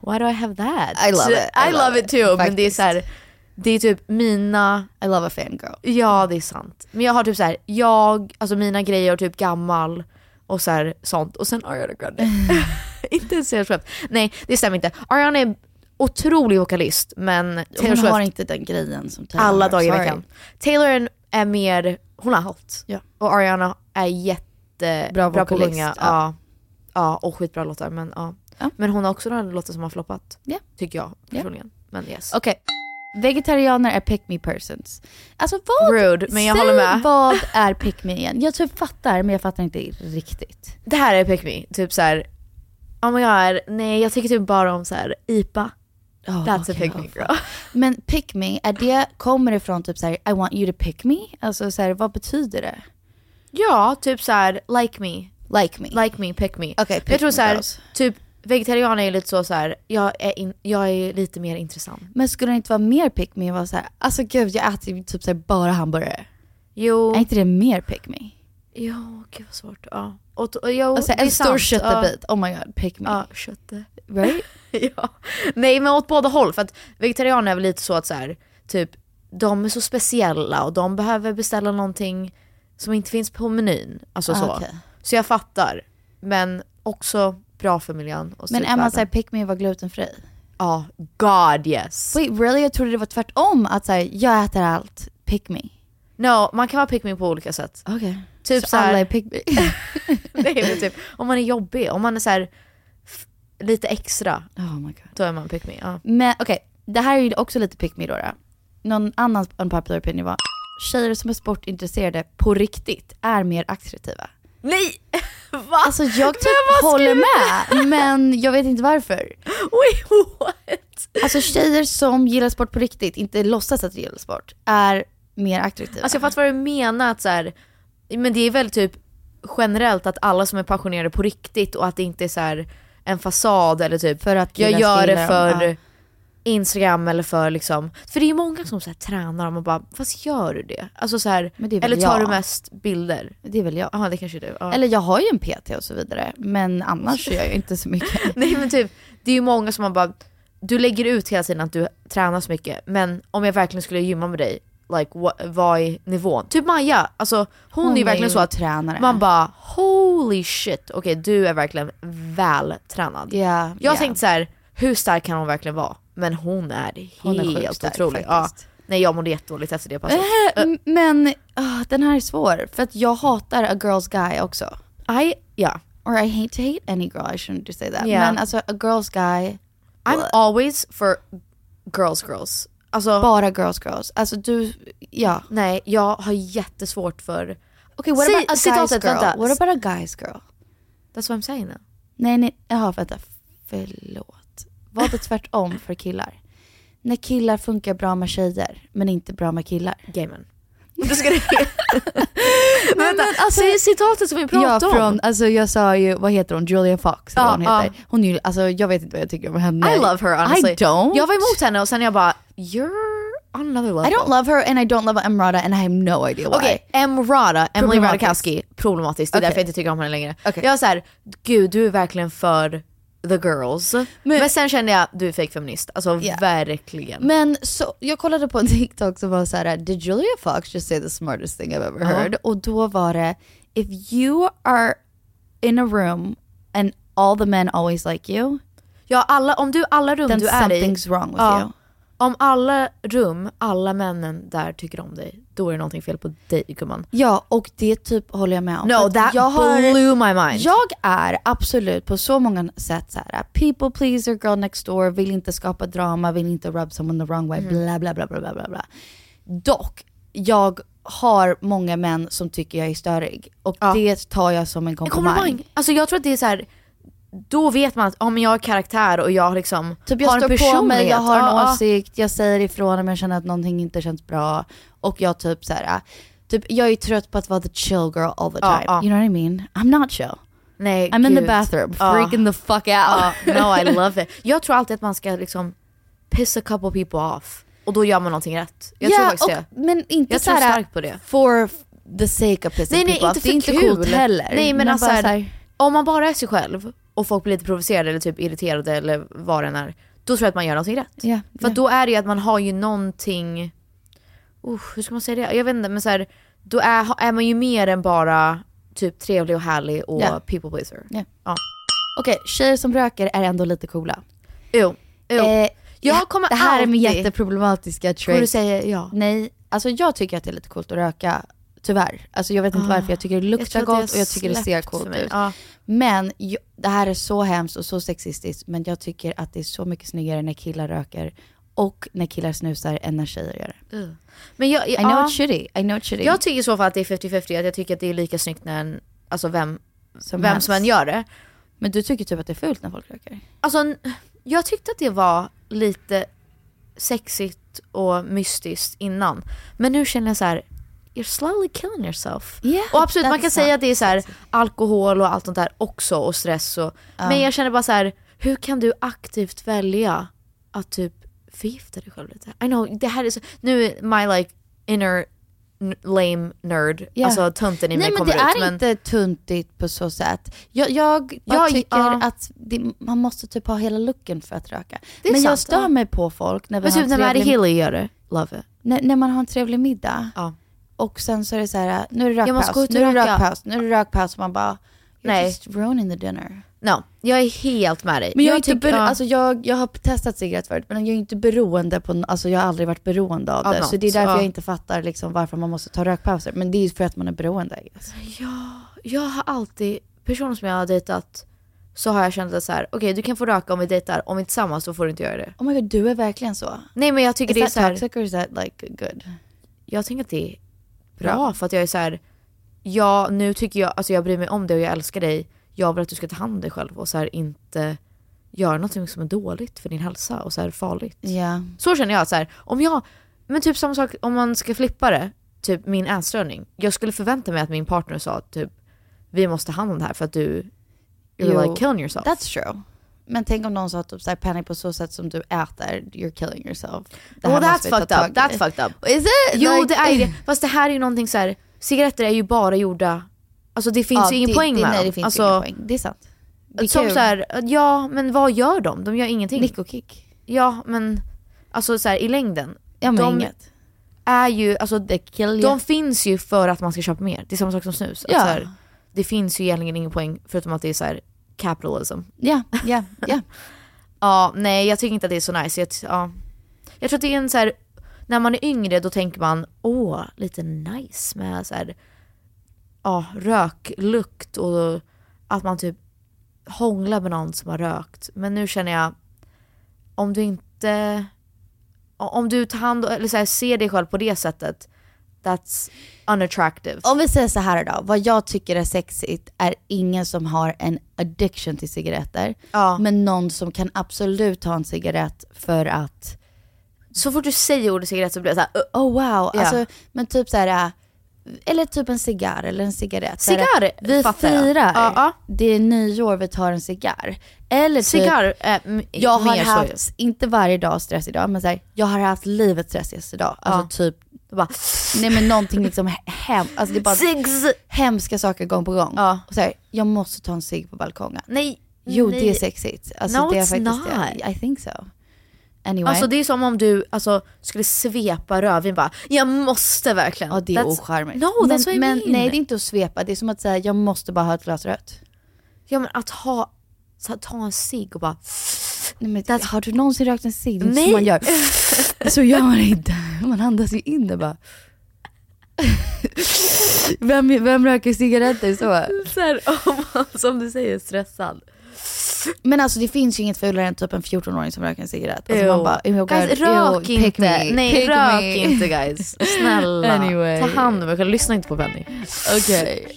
[SPEAKER 4] Why do I have that?
[SPEAKER 3] I love it,
[SPEAKER 4] I, love it, too. Men det är så här, Det är typ mina...
[SPEAKER 3] I love a fangirl.
[SPEAKER 4] Ja det är sant. Men jag har typ så här, jag, alltså mina grejer och typ gammal och så här, sånt. Och sen Ariana Grande. inte ens Taylor Swift. Nej det stämmer inte. Ariana är otrolig vokalist men Taylor
[SPEAKER 3] Hon
[SPEAKER 4] Swift
[SPEAKER 3] har inte den grejen som Taylor
[SPEAKER 4] alla
[SPEAKER 3] har.
[SPEAKER 4] dagar i
[SPEAKER 3] Sorry.
[SPEAKER 4] veckan. Taylor är- är mer, hon har allt.
[SPEAKER 3] Ja.
[SPEAKER 4] Och Ariana är jättebra
[SPEAKER 3] Bra
[SPEAKER 4] på att
[SPEAKER 3] vokalist,
[SPEAKER 4] sjunga.
[SPEAKER 3] ja.
[SPEAKER 4] Ja. Ja, och skitbra låtar. Men, ja.
[SPEAKER 3] Ja.
[SPEAKER 4] men hon har också några låtar som har floppat.
[SPEAKER 3] Ja.
[SPEAKER 4] Tycker jag
[SPEAKER 3] Ja.
[SPEAKER 4] personligen. Men yes.
[SPEAKER 3] Okej. Vegetarianer är pick me persons. Alltså vad...
[SPEAKER 4] Rude, men jag
[SPEAKER 3] Säg
[SPEAKER 4] håller med.
[SPEAKER 3] vad är pick me igen? Jag typ fattar men jag fattar inte riktigt.
[SPEAKER 4] Det här är pick me. Typ så här. om jag är, nej jag tycker typ bara om så här IPA.
[SPEAKER 3] Oh,
[SPEAKER 4] That's a pick me girl.
[SPEAKER 3] Men pick me, är det, kommer det från typ så här, I want you to pick me? Alltså så här, vad betyder det?
[SPEAKER 4] Ja, typ så här like me.
[SPEAKER 3] Like me?
[SPEAKER 4] Like me, pick me.
[SPEAKER 3] Okej, pick
[SPEAKER 4] jag tror
[SPEAKER 3] me
[SPEAKER 4] så här,
[SPEAKER 3] girls.
[SPEAKER 4] typ vegetarianer är lite så, så här, jag är, in, jag är lite mer intressant.
[SPEAKER 3] Men skulle det inte vara mer pick me? Vara så här, alltså gud jag äter ju typ så här bara hamburgare.
[SPEAKER 4] Jo.
[SPEAKER 3] Är inte det mer pick me?
[SPEAKER 4] Ja, gud vad svårt. Ja. Och, och, jo,
[SPEAKER 3] Alltså
[SPEAKER 4] det är
[SPEAKER 3] en stor
[SPEAKER 4] sant.
[SPEAKER 3] köttbit, oh my god, pick me.
[SPEAKER 4] Ja, ja köttet.
[SPEAKER 3] Right?
[SPEAKER 4] ja. Nej men åt båda håll för att vegetarianer är väl lite så att så här, typ de är så speciella och de behöver beställa någonting som inte finns på menyn. Alltså
[SPEAKER 3] Ah,
[SPEAKER 4] så.
[SPEAKER 3] okej.
[SPEAKER 4] Så jag fattar. Men också bra för miljön. Och
[SPEAKER 3] Men är man
[SPEAKER 4] världen.
[SPEAKER 3] såhär pick me var glutenfri?
[SPEAKER 4] Ja, god yes.
[SPEAKER 3] Wait really? Jag trodde det var tvärtom att såhär, jag äter allt, pick me.
[SPEAKER 4] No, man kan vara pick me på olika sätt.
[SPEAKER 3] Okej.
[SPEAKER 4] Typ
[SPEAKER 3] Så,
[SPEAKER 4] så här-
[SPEAKER 3] alla är pick me.
[SPEAKER 4] Nej, men typ, om man är jobbig, om man är så här f- lite extra,
[SPEAKER 3] oh my god.
[SPEAKER 4] då är man pick me. Ja.
[SPEAKER 3] Men okej, det här är ju också lite pick me då. då. Någon annans unpopular opinion var tjejer som är sportintresserade på riktigt är mer attraktiva.
[SPEAKER 4] Nej! Va?
[SPEAKER 3] Alltså jag typ
[SPEAKER 4] Men vad
[SPEAKER 3] håller
[SPEAKER 4] skulle-
[SPEAKER 3] med men jag vet inte varför.
[SPEAKER 4] Wait, what?
[SPEAKER 3] Alltså tjejer som gillar sport på riktigt, inte låtsas att de gillar sport, är mer attraktiva.
[SPEAKER 4] Alltså jag fattar vad du menar att så här, men det är väl typ generellt att alla som är passionerade på riktigt och att det inte är så här en fasad eller typ
[SPEAKER 3] För att
[SPEAKER 4] jag
[SPEAKER 3] killar
[SPEAKER 4] gör
[SPEAKER 3] ska
[SPEAKER 4] det
[SPEAKER 3] gilla dem,
[SPEAKER 4] för
[SPEAKER 3] ja.
[SPEAKER 4] Instagram eller för liksom, för det är ju många som så här tränar och man bara fast gör du det? Alltså så här,
[SPEAKER 3] Men det är väl
[SPEAKER 4] eller tar du
[SPEAKER 3] jag.
[SPEAKER 4] mest bilder?
[SPEAKER 3] det är väl jag.
[SPEAKER 4] Jaha det kanske är du? Ja.
[SPEAKER 3] Eller jag har ju en PT och så vidare men annars gör jag ju inte så mycket.
[SPEAKER 4] Nej men typ, det är ju många som man bara, du lägger ut hela tiden att du tränar så mycket, men om jag verkligen skulle gymma med dig, like what, vad är nivån? Typ Maja, alltså hon, är ju verkligen så att
[SPEAKER 3] tränare.
[SPEAKER 4] man bara holy shit, okej du är verkligen vältränad.
[SPEAKER 3] Ja,
[SPEAKER 4] Jag
[SPEAKER 3] ja.
[SPEAKER 4] tänkte så här, hur stark kan hon verkligen vara? Men hon är
[SPEAKER 3] Hon är
[SPEAKER 4] helt
[SPEAKER 3] sjukt stark
[SPEAKER 4] otrolig. Ja.
[SPEAKER 3] faktiskt. Äh,
[SPEAKER 4] Nej jag mådde jättedåligt efter det passet.
[SPEAKER 3] Eh, M- Men ah, den här är svår för att jag hatar a girl's guy också.
[SPEAKER 4] I, ja.
[SPEAKER 3] Or I hate to hate any girl, I shouldn't just say that.
[SPEAKER 4] Yeah.
[SPEAKER 3] Men alltså a girl's guy,
[SPEAKER 4] I'm always for girls girls. Alltså,
[SPEAKER 3] bara girls girls. Alltså du, ja.
[SPEAKER 4] nej jag har jättesvårt för
[SPEAKER 3] Okej what
[SPEAKER 4] Säg-
[SPEAKER 3] about a guy's
[SPEAKER 4] citatet,
[SPEAKER 3] girl?
[SPEAKER 4] vänta.
[SPEAKER 3] What about a guy's girl?
[SPEAKER 4] That's what I'm saying. now.
[SPEAKER 3] Nej, nej, jaha vänta, förlåt. Var det tvärtom för killar? När killar funkar bra med tjejer men inte bra med killar.
[SPEAKER 4] Gamen. Då ska det Men vänta,
[SPEAKER 3] alltså-
[SPEAKER 4] säg citatet som vi pratade
[SPEAKER 3] ja,
[SPEAKER 4] om.
[SPEAKER 3] från, alltså jag sa ju, vad heter hon, Julia Fox eller
[SPEAKER 4] Ja,
[SPEAKER 3] vad hon heter.
[SPEAKER 4] ja.
[SPEAKER 3] Hon är ju, alltså jag vet inte vad jag tycker om henne.
[SPEAKER 4] I love her honestly.
[SPEAKER 3] I don't.
[SPEAKER 4] Jag var emot henne och sen jag bara, you're on another level.
[SPEAKER 3] I don't love her and I don't love Emrata and I have no idea why.
[SPEAKER 4] Okej, Emrata, Emily
[SPEAKER 3] Problematisk.
[SPEAKER 4] Ratajkowski, problematiskt. Det är
[SPEAKER 3] Okej.
[SPEAKER 4] därför jag inte tycker om henne längre.
[SPEAKER 3] Okej.
[SPEAKER 4] Jag var såhär, gud du är verkligen för the girls. Men, sen kände jag, du är fake feminist. Alltså
[SPEAKER 3] Ja.
[SPEAKER 4] verkligen.
[SPEAKER 3] Men så, jag kollade på en TikTok som var så här: did Julia Fox just say the smartest thing I've ever heard? Och då var det, if you are in a room and all the men always like you,
[SPEAKER 4] ja, alla, om du alla rum
[SPEAKER 3] then
[SPEAKER 4] du är i,
[SPEAKER 3] something's wrong with
[SPEAKER 4] Ja.
[SPEAKER 3] you.
[SPEAKER 4] om alla rum, alla männen där tycker om dig, då är det någonting fel på dig gumman.
[SPEAKER 3] Ja, och det typ håller jag med om. För
[SPEAKER 4] No
[SPEAKER 3] att
[SPEAKER 4] that
[SPEAKER 3] jag har-
[SPEAKER 4] blew my mind.
[SPEAKER 3] Jag är absolut på så många sätt så här, people pleaser, girl next door, vill inte skapa drama, vill inte rub someone the wrong way,
[SPEAKER 4] Mm.
[SPEAKER 3] bla bla bla bla bla bla. bla. Dock, jag har många män som tycker jag är störig och
[SPEAKER 4] Ja.
[SPEAKER 3] det tar jag som en
[SPEAKER 4] En
[SPEAKER 3] komplimang.
[SPEAKER 4] komplimang. Alltså jag tror att det är så här. Då vet man att ja, men jag har karaktär och jag liksom
[SPEAKER 3] Typ jag
[SPEAKER 4] har en
[SPEAKER 3] står på mig, jag har en
[SPEAKER 4] Ja, ja.
[SPEAKER 3] åsikt, jag säger ifrån om jag känner att någonting inte känns bra och jag typ så här, typ jag är trött på att vara the chill girl all the
[SPEAKER 4] Ja,
[SPEAKER 3] time.
[SPEAKER 4] ja.
[SPEAKER 3] You know what I mean? I'm not chill.
[SPEAKER 4] Nej,
[SPEAKER 3] I'm in the
[SPEAKER 4] gud.
[SPEAKER 3] bathroom,
[SPEAKER 4] Ja.
[SPEAKER 3] freaking the fuck out.
[SPEAKER 4] Ja, no I love it. Jag tror alltid att man ska liksom piss a couple people off och då gör man någonting rätt. Jag tror faktiskt det.
[SPEAKER 3] och, men inte
[SPEAKER 4] Jag tror
[SPEAKER 3] såhär,
[SPEAKER 4] starkt på det.
[SPEAKER 3] For f- the sake of pissing
[SPEAKER 4] Nej nej
[SPEAKER 3] people
[SPEAKER 4] inte
[SPEAKER 3] off.
[SPEAKER 4] för
[SPEAKER 3] det är inte
[SPEAKER 4] kul.
[SPEAKER 3] coolt heller.
[SPEAKER 4] Nej men
[SPEAKER 3] Man
[SPEAKER 4] alltså
[SPEAKER 3] bara
[SPEAKER 4] här,
[SPEAKER 3] såhär,
[SPEAKER 4] om man bara är sig själv och folk blir lite provocerade eller typ irriterade eller vad det än är. då tror jag att man gör någonting rätt.
[SPEAKER 3] Ja,
[SPEAKER 4] För
[SPEAKER 3] ja.
[SPEAKER 4] att då är det ju att man har ju någonting, oh, hur ska man säga det? Jag vet inte men så här, då är, är man ju mer än bara typ trevlig och härlig och
[SPEAKER 3] Ja.
[SPEAKER 4] people pleaser.
[SPEAKER 3] Ja.
[SPEAKER 4] Ja.
[SPEAKER 3] Okej, tjejer som röker är ändå lite coola.
[SPEAKER 4] Jo, jo.
[SPEAKER 3] Eh,
[SPEAKER 4] jag kommer
[SPEAKER 3] det här är min
[SPEAKER 4] alltid-
[SPEAKER 3] jätteproblematiska
[SPEAKER 4] Kommer du
[SPEAKER 3] traits.
[SPEAKER 4] säga ja?
[SPEAKER 3] Nej, alltså jag tycker att det är lite coolt att röka, tyvärr. Alltså jag vet inte
[SPEAKER 4] Ah.
[SPEAKER 3] varför, jag tycker det
[SPEAKER 4] Jag
[SPEAKER 3] luktar
[SPEAKER 4] tror att
[SPEAKER 3] gott
[SPEAKER 4] har
[SPEAKER 3] och jag tycker det ser
[SPEAKER 4] släppt
[SPEAKER 3] coolt
[SPEAKER 4] för mig.
[SPEAKER 3] ut.
[SPEAKER 4] Ja.
[SPEAKER 3] Men ju- det här är så hemskt och så sexistiskt, men jag tycker att det är så mycket snyggare när killar röker och när killar snusar än när tjejer gör det.
[SPEAKER 4] Men jag,
[SPEAKER 3] I know
[SPEAKER 4] ja.
[SPEAKER 3] it's shitty, I know it's shitty.
[SPEAKER 4] Jag tycker i så fall att det är 50-50, att jag tycker att det är lika snyggt när en, alltså vem,
[SPEAKER 3] Som
[SPEAKER 4] vem
[SPEAKER 3] helst.
[SPEAKER 4] som än gör det.
[SPEAKER 3] men du tycker typ att det är fult när folk röker?
[SPEAKER 4] Alltså n- jag tyckte att det var lite sexigt och mystiskt innan. Men nu känner jag så här. You're slowly killing yourself.
[SPEAKER 3] Yeah,
[SPEAKER 4] och absolut man
[SPEAKER 3] that's
[SPEAKER 4] kan säga
[SPEAKER 3] not
[SPEAKER 4] att det är så här, alkohol och allt sånt där också och stress och, Men jag känner bara så här. hur kan du aktivt välja att typ förgifta dig själv lite? I know, det här är så, nu är my like inner n- lame nerd,
[SPEAKER 3] Ja.
[SPEAKER 4] alltså tönten i
[SPEAKER 3] Nej
[SPEAKER 4] mig
[SPEAKER 3] men
[SPEAKER 4] kommer
[SPEAKER 3] det
[SPEAKER 4] ut.
[SPEAKER 3] är inte tuntigt på så sätt. Jag, jag, bara
[SPEAKER 4] Jag-
[SPEAKER 3] tycker
[SPEAKER 4] ja.
[SPEAKER 3] att det, man måste typ ha hela looken för att röka.
[SPEAKER 4] Det är
[SPEAKER 3] men jag
[SPEAKER 4] sant,
[SPEAKER 3] stör
[SPEAKER 4] ja.
[SPEAKER 3] mig på folk när, vi
[SPEAKER 4] men
[SPEAKER 3] har
[SPEAKER 4] typ
[SPEAKER 3] en
[SPEAKER 4] när Maddie
[SPEAKER 3] trevlig,
[SPEAKER 4] Healy gör det, love it.
[SPEAKER 3] när, när man har en trevlig middag
[SPEAKER 4] Ja.
[SPEAKER 3] och sen så är det så här, äh, nu är det
[SPEAKER 4] Jag måste gå
[SPEAKER 3] rökpaus,
[SPEAKER 4] ut och
[SPEAKER 3] nu är det
[SPEAKER 4] röka.
[SPEAKER 3] rökpaus, nu är det rökpaus och man bara, you're
[SPEAKER 4] Nej.
[SPEAKER 3] just ruining the dinner.
[SPEAKER 4] No, jag är helt med dig.
[SPEAKER 3] Men jag, är inte
[SPEAKER 4] tycker-
[SPEAKER 3] bero-
[SPEAKER 4] ja.
[SPEAKER 3] alltså jag, jag har testat cigarett förut men jag är inte beroende på, n- alltså jag har aldrig varit beroende av
[SPEAKER 4] Av
[SPEAKER 3] det. Så
[SPEAKER 4] något,
[SPEAKER 3] det är därför
[SPEAKER 4] ja.
[SPEAKER 3] jag inte fattar liksom varför man måste ta rökpauser. Men det är ju för att man är beroende. I guess.
[SPEAKER 4] jag har alltid, personer som jag har dejtat, så har jag känt att så här, okej du kan få röka om vi dejtar, om vi är tillsammans då får du inte göra det.
[SPEAKER 3] Oh my god, du är verkligen så.
[SPEAKER 4] Nej men jag tycker
[SPEAKER 3] Is
[SPEAKER 4] det är
[SPEAKER 3] that
[SPEAKER 4] så här,
[SPEAKER 3] toxic or is that like good?
[SPEAKER 4] jag tycker att det är bra för att jag är så här, ja nu tycker jag, alltså jag bryr mig om dig och jag älskar dig, jag vill att du ska ta hand om dig själv och så här inte göra någonting som är dåligt för din hälsa och så här farligt.
[SPEAKER 3] Ja.
[SPEAKER 4] Så känner jag att så här, om jag, men typ samma sak om man ska flippa det, typ min ätstörning. Jag skulle förvänta mig att min partner sa typ, vi måste ta hand om det här för att du,
[SPEAKER 3] Jo,
[SPEAKER 4] you're like killing yourself.
[SPEAKER 3] That's true. Men tänk om någon sa typ såhär, Penny på så sätt som du äter, you're killing yourself. Det här
[SPEAKER 4] well, that's
[SPEAKER 3] måste vi ta
[SPEAKER 4] fucked
[SPEAKER 3] tag
[SPEAKER 4] up,
[SPEAKER 3] i.
[SPEAKER 4] that's fucked up.
[SPEAKER 3] Is it?
[SPEAKER 4] Jo
[SPEAKER 3] Like-
[SPEAKER 4] det är ju det, fast det här är ju någonting så här. cigaretter är ju bara gjorda, alltså det finns
[SPEAKER 3] Ja,
[SPEAKER 4] ju ingen
[SPEAKER 3] det-
[SPEAKER 4] poäng
[SPEAKER 3] det,
[SPEAKER 4] med
[SPEAKER 3] Nej
[SPEAKER 4] dem.
[SPEAKER 3] det finns
[SPEAKER 4] alltså,
[SPEAKER 3] ju ingen poäng, det är sant. Det är
[SPEAKER 4] Som
[SPEAKER 3] kul.
[SPEAKER 4] så här, ja men vad gör de? De gör ingenting.
[SPEAKER 3] Nick och kick.
[SPEAKER 4] Ja men, alltså så här, i längden.
[SPEAKER 3] Ja men
[SPEAKER 4] de
[SPEAKER 3] inget.
[SPEAKER 4] är ju, alltså
[SPEAKER 3] They kill you.
[SPEAKER 4] De finns ju för att man ska köpa mer. Det är samma sak som snus. Att
[SPEAKER 3] Ja.
[SPEAKER 4] så här, det finns ju egentligen ingen poäng förutom att det är så här capitalism.
[SPEAKER 3] Ja, ja, ja.
[SPEAKER 4] Ja, nej jag tycker inte att det är så nice. Jag, t- ja. jag tror att det är en så här, när man är yngre då tänker man åh, lite nice med så här, ja, röklukt och att man typ hånglar med någon som har rökt. Men nu känner jag, om du inte, om du tar hand eller så här, ser dig själv på det sättet, that's unattractive.
[SPEAKER 3] Om vi säger så här då, vad jag tycker är sexigt är ingen som har en addiction till cigaretter.
[SPEAKER 4] Ja.
[SPEAKER 3] Men någon som kan absolut ta en cigarett för att
[SPEAKER 4] Så fort du säger ordet cigarett så blir jag såhär, uh,
[SPEAKER 3] Oh wow,
[SPEAKER 4] Ja.
[SPEAKER 3] alltså, men typ så här. äh, eller typ en cigarr eller en cigarett. Så här,
[SPEAKER 4] Cigarr
[SPEAKER 3] Vi
[SPEAKER 4] fattar jag.
[SPEAKER 3] firar,
[SPEAKER 4] Ja, ja.
[SPEAKER 3] det är nyår, vi tar en cigarr. Eller typ,
[SPEAKER 4] cigarr är m-
[SPEAKER 3] jag har
[SPEAKER 4] mer så ju.
[SPEAKER 3] haft, inte varje dag stress idag, men så här, jag har haft livets stressigaste dag. Alltså typ, bara, nej men någonting liksom hem, alltså det är bara
[SPEAKER 4] Cigs.
[SPEAKER 3] hemska saker gång på gång.
[SPEAKER 4] Ja.
[SPEAKER 3] Och så här, jag måste ta en cigg på balkongen.
[SPEAKER 4] Nej.
[SPEAKER 3] Jo
[SPEAKER 4] nej.
[SPEAKER 3] det är sexigt. Alltså,
[SPEAKER 4] No,
[SPEAKER 3] det är
[SPEAKER 4] it's
[SPEAKER 3] faktiskt
[SPEAKER 4] not.
[SPEAKER 3] Det. I think so. Anyway.
[SPEAKER 4] Alltså det är som om du alltså, skulle svepa rödvin bara, jag måste verkligen.
[SPEAKER 3] Ja det är ocharmigt.
[SPEAKER 4] No that's
[SPEAKER 3] men,
[SPEAKER 4] what I
[SPEAKER 3] men
[SPEAKER 4] mean.
[SPEAKER 3] nej det är inte att svepa, det är som att säga jag måste bara ha ett glas rött.
[SPEAKER 4] Ja men att ha, så att ta en cigg och bara,
[SPEAKER 3] Nej, men, har du någonsin rökt en cigg? Det är inte
[SPEAKER 4] Nej.
[SPEAKER 3] så man gör. så gör man inte. Man andas ju in det bara. vem, vem röker cigaretter så?
[SPEAKER 4] så här, om man, som du säger, stressad.
[SPEAKER 3] Men alltså det finns ju inget fulare än typ en 14-åring som röker en cigarett. Alltså
[SPEAKER 4] Ew.
[SPEAKER 3] man bara, oh my God,
[SPEAKER 4] guys,
[SPEAKER 3] ew,
[SPEAKER 4] rök
[SPEAKER 3] pick
[SPEAKER 4] inte.
[SPEAKER 3] me,
[SPEAKER 4] Nej
[SPEAKER 3] pick
[SPEAKER 4] rök
[SPEAKER 3] me.
[SPEAKER 4] inte guys. Snälla.
[SPEAKER 3] Anyway.
[SPEAKER 4] Ta hand om er själva, lyssna inte på Benny.
[SPEAKER 3] Okej.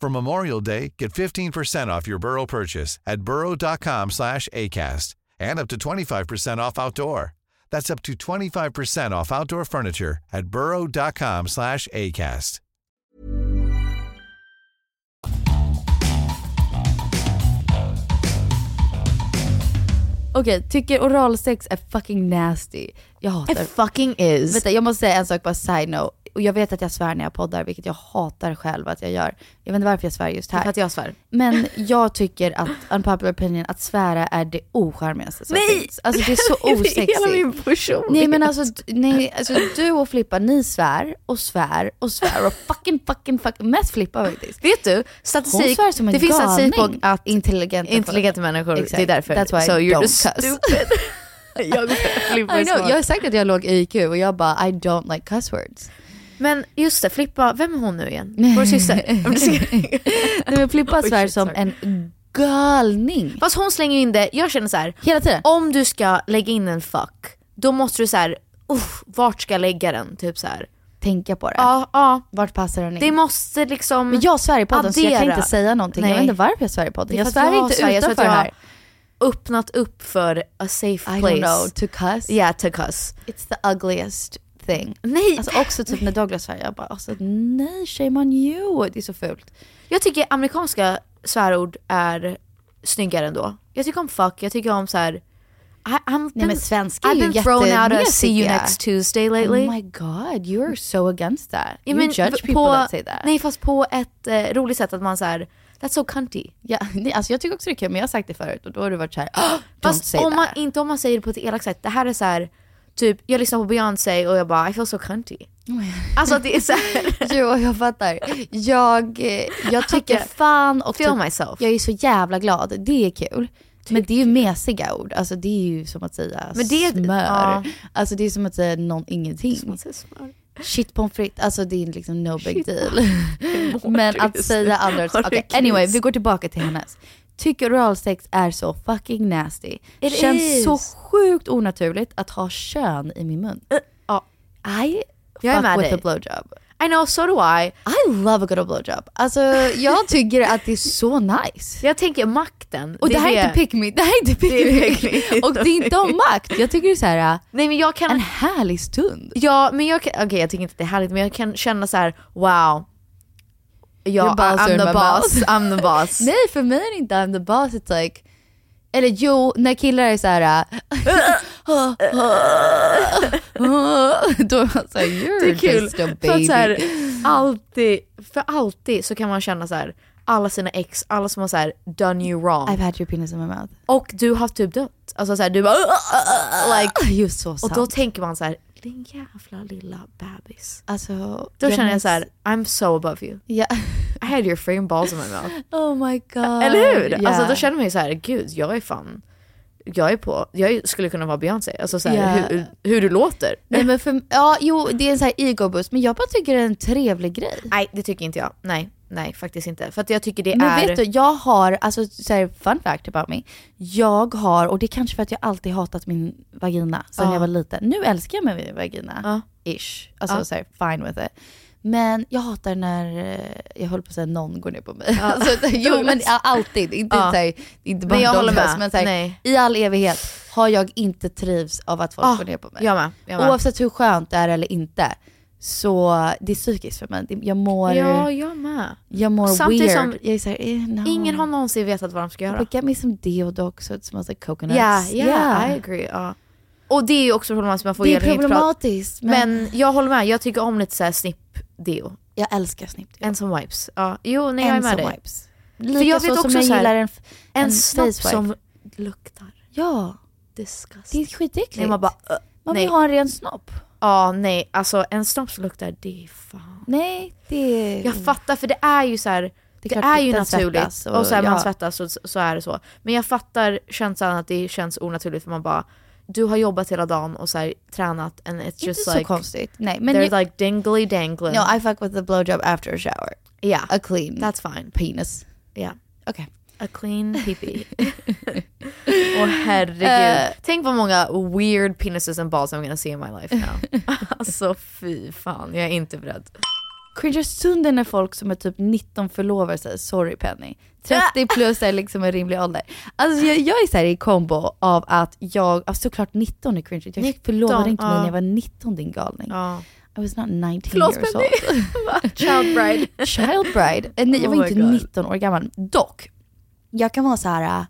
[SPEAKER 5] For Memorial Day, get 15% off your Burrow purchase at burrow.com slash ACAST and up to 25% off outdoor. That's up to 25% off outdoor furniture at burrow.com slash ACAST.
[SPEAKER 3] Okej, tycker oralsex är fucking nasty. Jag hatar
[SPEAKER 4] It fucking is.
[SPEAKER 3] Vänta, jag måste säga en sak bara side note. Och jag vet att jag svär när jag poddar, vilket jag hatar själv att jag gör. Jag vet inte varför jag svär just här.
[SPEAKER 4] För att jag svär.
[SPEAKER 3] Men jag tycker att, unpopular opinion, att svära är det ocharmigaste som
[SPEAKER 4] Nej!
[SPEAKER 3] finns. Alltså det är så
[SPEAKER 4] Det är hela min
[SPEAKER 3] osexigt.
[SPEAKER 4] personlighet.
[SPEAKER 3] Nej men alltså, d- nej, alltså du och Flippa, ni svär och svär och svär och fucking fucking fucking, mest Flippa faktiskt.
[SPEAKER 4] Vet du,
[SPEAKER 3] Hon
[SPEAKER 4] statistik,
[SPEAKER 3] svär som en
[SPEAKER 4] det finns
[SPEAKER 3] galning.
[SPEAKER 4] statistik på att
[SPEAKER 3] intelligenta,
[SPEAKER 4] intelligenta människor, det är därför.
[SPEAKER 3] That's why
[SPEAKER 4] so
[SPEAKER 3] I
[SPEAKER 4] you're
[SPEAKER 3] don't
[SPEAKER 4] just
[SPEAKER 3] cuss.
[SPEAKER 4] stupid. jag
[SPEAKER 3] I know, jag har
[SPEAKER 4] jag...
[SPEAKER 3] sagt att jag har låg IQ och jag bara I don't like cuss words.
[SPEAKER 4] Men just det, Flippa, vem är hon nu igen? Vår syster?
[SPEAKER 3] Nej, men Flippa
[SPEAKER 4] Oj,
[SPEAKER 3] svär
[SPEAKER 4] shit,
[SPEAKER 3] som
[SPEAKER 4] sorry.
[SPEAKER 3] en galning.
[SPEAKER 4] Fast hon slänger in det, jag känner så här,
[SPEAKER 3] Hela tiden.
[SPEAKER 4] om du ska lägga in en fuck, då måste du så här, uff, vart ska jag lägga den? Typ så här.
[SPEAKER 3] Tänka på det.
[SPEAKER 4] Ja, ja.
[SPEAKER 3] Vart passar den in?
[SPEAKER 4] Det måste liksom
[SPEAKER 3] Men jag svär i podden så jag kan
[SPEAKER 4] addera.
[SPEAKER 3] inte säga någonting. Jag
[SPEAKER 4] Nej.
[SPEAKER 3] vet inte varför jag svär i
[SPEAKER 4] Det
[SPEAKER 3] podden.
[SPEAKER 4] är
[SPEAKER 3] Jag
[SPEAKER 4] för att
[SPEAKER 3] svär
[SPEAKER 4] jag
[SPEAKER 3] inte
[SPEAKER 4] svär, jag tror att
[SPEAKER 3] utanför
[SPEAKER 4] jag-
[SPEAKER 3] här.
[SPEAKER 4] öppnat upp för a safe
[SPEAKER 3] I
[SPEAKER 4] place.
[SPEAKER 3] don't know, to cuss.
[SPEAKER 4] Yeah, to cuss.
[SPEAKER 3] It's the ugliest thing.
[SPEAKER 4] Nej.
[SPEAKER 3] Alltså också typ när Douglas svär, jag bara alltså nej shame on you. Det är så fult.
[SPEAKER 4] Jag tycker amerikanska svärord är snyggare ändå. Jag tycker om fuck, jag tycker om så här. I, I'm
[SPEAKER 3] Nej men
[SPEAKER 4] been-
[SPEAKER 3] svenska är
[SPEAKER 4] I've
[SPEAKER 3] ju
[SPEAKER 4] been thrown out of see you
[SPEAKER 3] jättemesiga.
[SPEAKER 4] next Tuesday lately.
[SPEAKER 3] Oh my god, you are so against that.
[SPEAKER 4] Ja,
[SPEAKER 3] You
[SPEAKER 4] men
[SPEAKER 3] judge
[SPEAKER 4] v-
[SPEAKER 3] people that say that.
[SPEAKER 4] Nej fast på ett eh, roligt sätt att man såhär, that's so cunty.
[SPEAKER 3] Ja, nej, alltså jag tycker också det är kul, men jag har sagt det förut och då har du varit såhär, oh, don't
[SPEAKER 4] Fast
[SPEAKER 3] say
[SPEAKER 4] om man,
[SPEAKER 3] that.
[SPEAKER 4] inte om man säger det på ett elakt sätt. Det här är så här, typ jag lyssnar på Beyoncé och jag bara I feel so cunty.
[SPEAKER 3] Oh
[SPEAKER 4] Alltså att det är såhär.
[SPEAKER 3] Jo, jag fattar. Jag, eh, jag tycker
[SPEAKER 4] Okej.
[SPEAKER 3] fan och typ-
[SPEAKER 4] Feel myself.
[SPEAKER 3] jag är så jävla glad. Det är kul. Men det är ju mesiga ord. Alltså det är ju som att säga
[SPEAKER 4] Men det-
[SPEAKER 3] smör.
[SPEAKER 4] ja.
[SPEAKER 3] Alltså det är som att säga någon ingenting. Shit pommes frites, alltså det är liksom no big deal. Men att säga andra
[SPEAKER 4] Har du
[SPEAKER 3] saker.
[SPEAKER 4] kris?
[SPEAKER 3] Anyway, vi går tillbaka till hennes. Tycker oralsex är så fucking nasty.
[SPEAKER 4] It
[SPEAKER 3] Känns
[SPEAKER 4] is.
[SPEAKER 3] så sjukt onaturligt att ha kön i min mun.
[SPEAKER 4] ja.
[SPEAKER 3] I
[SPEAKER 4] Jag är
[SPEAKER 3] fuck
[SPEAKER 4] med
[SPEAKER 3] with
[SPEAKER 4] dig.
[SPEAKER 3] a blowjob.
[SPEAKER 4] I know, so do I.
[SPEAKER 3] I love a good old blowjob. Alltså jag tycker att det är så nice.
[SPEAKER 4] Jag tänker makten.
[SPEAKER 3] Och det, här är inte pick me, det här är inte pick
[SPEAKER 4] Det är
[SPEAKER 3] me.
[SPEAKER 4] pick me.
[SPEAKER 3] Och det är inte om makt. Jag tycker det är så här, äh,
[SPEAKER 4] Nej men jag kan
[SPEAKER 3] en härlig stund.
[SPEAKER 4] Ja, men jag kan, okej jag tycker inte att det är härligt men jag kan känna så här: wow. Ja,
[SPEAKER 3] Your balls are
[SPEAKER 4] I'm
[SPEAKER 3] in
[SPEAKER 4] the
[SPEAKER 3] my
[SPEAKER 4] boss,
[SPEAKER 3] mouth.
[SPEAKER 4] I'm the boss.
[SPEAKER 3] alltså Nej för mig är det inte I'm the boss, it's like, eller jo, när killar är så här. äh, då är man såhär, you're
[SPEAKER 4] det är kul.
[SPEAKER 3] just a
[SPEAKER 4] För att
[SPEAKER 3] baby.
[SPEAKER 4] så här, alltid, för alltid så kan man känna så här alla sina ex, alla som har så här done you wrong.
[SPEAKER 3] I've had your penis in my mouth.
[SPEAKER 4] Och du har typ dött. Alltså så här, du bara like,
[SPEAKER 3] Ah, Just så
[SPEAKER 4] Och
[SPEAKER 3] sant.
[SPEAKER 4] då tänker man så här din jävla lilla bebis.
[SPEAKER 3] alltså,
[SPEAKER 4] Då känner jag
[SPEAKER 3] minns-
[SPEAKER 4] så här I'm so above you.
[SPEAKER 3] Ja.
[SPEAKER 4] I had your frame balls in my mouth.
[SPEAKER 3] Oh my god.
[SPEAKER 4] Eller hur? Alltså
[SPEAKER 3] Yeah.
[SPEAKER 4] då känner man ju så här, gud jag är fan, jag är på, jag skulle kunna vara Beyoncé. Alltså så här,
[SPEAKER 3] Yeah.
[SPEAKER 4] hur, hur du låter.
[SPEAKER 3] Nej, men för, ja, jo, det är en sån här ego-boost, men jag bara tycker det är en trevlig grej.
[SPEAKER 4] Nej det tycker inte jag. Nej, nej faktiskt inte. För att jag tycker det
[SPEAKER 3] men
[SPEAKER 4] är...
[SPEAKER 3] vet du, jag har, alltså så här, fun fact about me, jag har, och det är kanske för att jag alltid hatat min vagina sedan
[SPEAKER 4] Ja.
[SPEAKER 3] jag var liten. Nu älskar jag min vagina, ish. Alltså
[SPEAKER 4] Ja.
[SPEAKER 3] så här, fine with it. Men jag hatar när, eh, jag höll på att säga någon går ner på mig.
[SPEAKER 4] Ja.
[SPEAKER 3] Alltså, jo men ja, alltid, inte,
[SPEAKER 4] Ja.
[SPEAKER 3] så här, inte bara
[SPEAKER 4] Men jag
[SPEAKER 3] Douglas,
[SPEAKER 4] håller med.
[SPEAKER 3] men så här,
[SPEAKER 4] Nej.
[SPEAKER 3] i all evighet har jag inte trivs av att folk
[SPEAKER 4] Ah,
[SPEAKER 3] går ner på mig.
[SPEAKER 4] jag med, jag med.
[SPEAKER 3] Oavsett hur skönt det är eller inte. Så det är psykiskt för mig. Det- Jag mår...
[SPEAKER 4] Ja, jag med.
[SPEAKER 3] Jag mår
[SPEAKER 4] Samtidigt
[SPEAKER 3] weird.
[SPEAKER 4] som-
[SPEAKER 3] jag är så här, eh, no.
[SPEAKER 4] Ingen har någonsin vetat vad de ska göra.
[SPEAKER 3] But get me some deodox so it smells like coconuts.
[SPEAKER 4] Yeah, yeah, I agree. ja. Och det är ju också problematiskt. Man får
[SPEAKER 3] Det är
[SPEAKER 4] egentligen inte prata-
[SPEAKER 3] problematiskt, men-
[SPEAKER 4] Men... jag håller med, jag tycker om lite såhär snipp-deo.
[SPEAKER 3] Jag älskar snippdeo.
[SPEAKER 4] En som wipes. Ja. Jo, nej, jag är med
[SPEAKER 3] Ensam
[SPEAKER 4] dig.
[SPEAKER 3] wipes. Lika så som jag
[SPEAKER 4] såhär,
[SPEAKER 3] gillar en f-
[SPEAKER 4] en,
[SPEAKER 3] en
[SPEAKER 4] snopp
[SPEAKER 3] face wipe.
[SPEAKER 4] som luktar.
[SPEAKER 3] Ja, det
[SPEAKER 4] Disgusting.
[SPEAKER 3] är skitäckligt.
[SPEAKER 4] Nej, man bara, uh,
[SPEAKER 3] Man vill
[SPEAKER 4] nej.
[SPEAKER 3] ha en ren snopp.
[SPEAKER 4] Ja, nej. Alltså en snopp som luktar, det är fan...
[SPEAKER 3] Nej, det är...
[SPEAKER 4] Jag fattar för det är ju så här. Det,
[SPEAKER 3] klart
[SPEAKER 4] är
[SPEAKER 3] att
[SPEAKER 4] ju
[SPEAKER 3] den
[SPEAKER 4] naturligt
[SPEAKER 3] svettas
[SPEAKER 4] och,
[SPEAKER 3] och-
[SPEAKER 4] så här, man
[SPEAKER 3] ja.
[SPEAKER 4] svettas och så- så är det så. Men jag fattar känslan att det känns onaturligt för man bara, du har jobbat hela dagen och så här, tränat and it's
[SPEAKER 3] Inte
[SPEAKER 4] just
[SPEAKER 3] så
[SPEAKER 4] like,
[SPEAKER 3] konstigt. Nej, men
[SPEAKER 4] they're
[SPEAKER 3] jag-
[SPEAKER 4] like dingly dangling.
[SPEAKER 3] No, I fuck with the blowjob after a shower.
[SPEAKER 4] Yeah.
[SPEAKER 3] A clean
[SPEAKER 4] That's fine.
[SPEAKER 3] penis.
[SPEAKER 4] Yeah.
[SPEAKER 3] Okay.
[SPEAKER 4] A clean pee-pee. Åh herregud.
[SPEAKER 3] Eh.
[SPEAKER 4] Tänk vad många weird penises and balls I'm gonna see in my life now. alltså fy fan, jag är inte beredd.
[SPEAKER 3] Cringear stunden när folk som är typ 19 förlovar sig, sorry Penny. 30 plus är liksom en rimlig ålder. Alltså jag, jag är så här i kombo av att jag, alltså såklart 19 är cringe, jag
[SPEAKER 4] 19,
[SPEAKER 3] förlovade inte mig
[SPEAKER 4] ja.
[SPEAKER 3] när jag var 19 din galning.
[SPEAKER 4] Ja.
[SPEAKER 3] I was not 19
[SPEAKER 4] Förlåt,
[SPEAKER 3] years
[SPEAKER 4] Penny.
[SPEAKER 3] old.
[SPEAKER 4] Child bride.
[SPEAKER 3] Child bride. Eh, Nej jag
[SPEAKER 4] Oh
[SPEAKER 3] var
[SPEAKER 4] my
[SPEAKER 3] inte
[SPEAKER 4] God.
[SPEAKER 3] 19 år gammal. Dock, jag kan vara så här äh,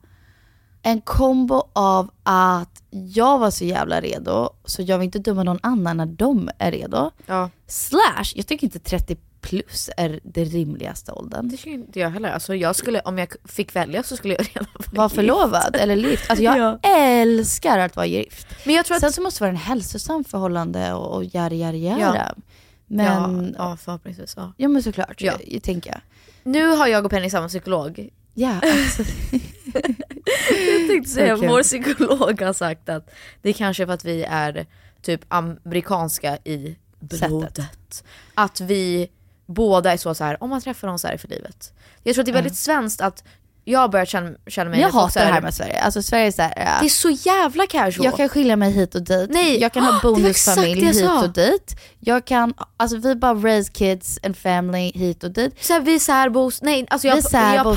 [SPEAKER 3] en kombo av att jag var så jävla redo så jag vill inte döma någon annan när de är redo.
[SPEAKER 4] Ja.
[SPEAKER 3] Slash, jag tycker inte 30 plus är det rimligaste åldern.
[SPEAKER 4] Det tycker inte jag heller. Alltså jag skulle, om jag fick välja så skulle jag redan vara
[SPEAKER 3] Var
[SPEAKER 4] gift.
[SPEAKER 3] förlovad eller gift. Alltså jag
[SPEAKER 4] Ja.
[SPEAKER 3] älskar att vara gift.
[SPEAKER 4] Men jag tror att...
[SPEAKER 3] Sen så måste det vara en hälsosam förhållande och, och jära, jära, jära.
[SPEAKER 4] Ja.
[SPEAKER 3] Men,
[SPEAKER 4] ja, ja, förhoppningsvis. Ja.
[SPEAKER 3] ja men såklart,
[SPEAKER 4] Ja.
[SPEAKER 3] Jag, jag tänker jag.
[SPEAKER 4] Nu har jag och Penny samma psykolog.
[SPEAKER 3] Ja, alltså,
[SPEAKER 4] Jag tänkte säga,
[SPEAKER 3] Okej.
[SPEAKER 4] vår psykolog har sagt att det kanske är för att vi är typ amerikanska i blodet. Att vi båda är så, så här, om man träffar någon så här är för livet. Jag tror att det är väldigt svenskt att jag börjar känna, känna mig
[SPEAKER 3] men Mm. jag
[SPEAKER 4] lite så
[SPEAKER 3] hatar det här med Sverige. Alltså Sverige är såhär, ja.
[SPEAKER 4] Det är så jävla casual.
[SPEAKER 3] jag kan skilja mig hit och dit.
[SPEAKER 4] Nej,
[SPEAKER 3] Jag kan
[SPEAKER 4] ah,
[SPEAKER 3] ha
[SPEAKER 4] det var
[SPEAKER 3] bonusfamilj
[SPEAKER 4] exakt det jag
[SPEAKER 3] hit
[SPEAKER 4] sa.
[SPEAKER 3] och dit. Jag kan, alltså vi bara raise kids and family hit och dit.
[SPEAKER 4] så här, vi särbos, nej alltså jag,
[SPEAKER 3] Vi särbos,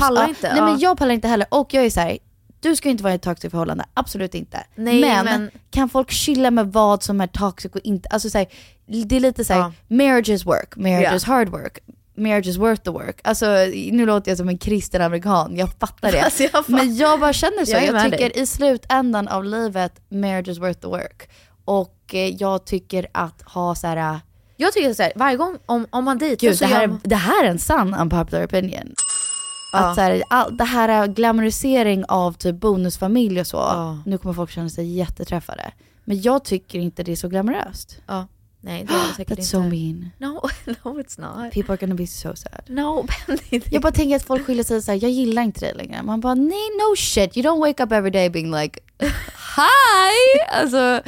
[SPEAKER 4] jag pallar
[SPEAKER 3] ja.
[SPEAKER 4] inte.
[SPEAKER 3] Nej
[SPEAKER 4] Ja.
[SPEAKER 3] men jag pallar inte heller och jag är så här. Du ska inte vara i ett toxic förhållande, absolut inte.
[SPEAKER 4] Nej,
[SPEAKER 3] men,
[SPEAKER 4] men-
[SPEAKER 3] kan folk chilla med vad som är toxic och inte? Alltså så här, det är lite så här,
[SPEAKER 4] Ja.
[SPEAKER 3] marriage is work, marriage
[SPEAKER 4] Ja.
[SPEAKER 3] is hard work, marriage is worth the work. Alltså nu låter jag som en kristen amerikan, jag fattar det.
[SPEAKER 4] Alltså, jag fatt-
[SPEAKER 3] Men jag bara känner så,
[SPEAKER 4] Jag är
[SPEAKER 3] jag,
[SPEAKER 4] med dig.
[SPEAKER 3] tycker i slutändan av livet, marriage is worth the work. Och eh, jag tycker att ha så här, äh,
[SPEAKER 4] Jag tycker så här, varje gång om, om man dejtar
[SPEAKER 3] Gud,
[SPEAKER 4] så
[SPEAKER 3] det här,
[SPEAKER 4] gör man...
[SPEAKER 3] det här är en sann unpopular opinion. Att
[SPEAKER 4] Ja.
[SPEAKER 3] så här, all, det här är glamorisering av typ bonusfamilj och så.
[SPEAKER 4] Ja.
[SPEAKER 3] Nu kommer folk känna sig jätteträffade. Men jag tycker inte det är så glamoröst.
[SPEAKER 4] Ja. Nej det är det säkert
[SPEAKER 3] That's
[SPEAKER 4] inte.
[SPEAKER 3] so mean.
[SPEAKER 4] No, no it's not.
[SPEAKER 3] People are gonna be so sad.
[SPEAKER 4] No Penny.
[SPEAKER 3] Jag bara tänker att folk skiljer sig såhär, jag gillar inte dig längre. Man bara, nej no shit, you don't wake up every day being like, hi! Alltså,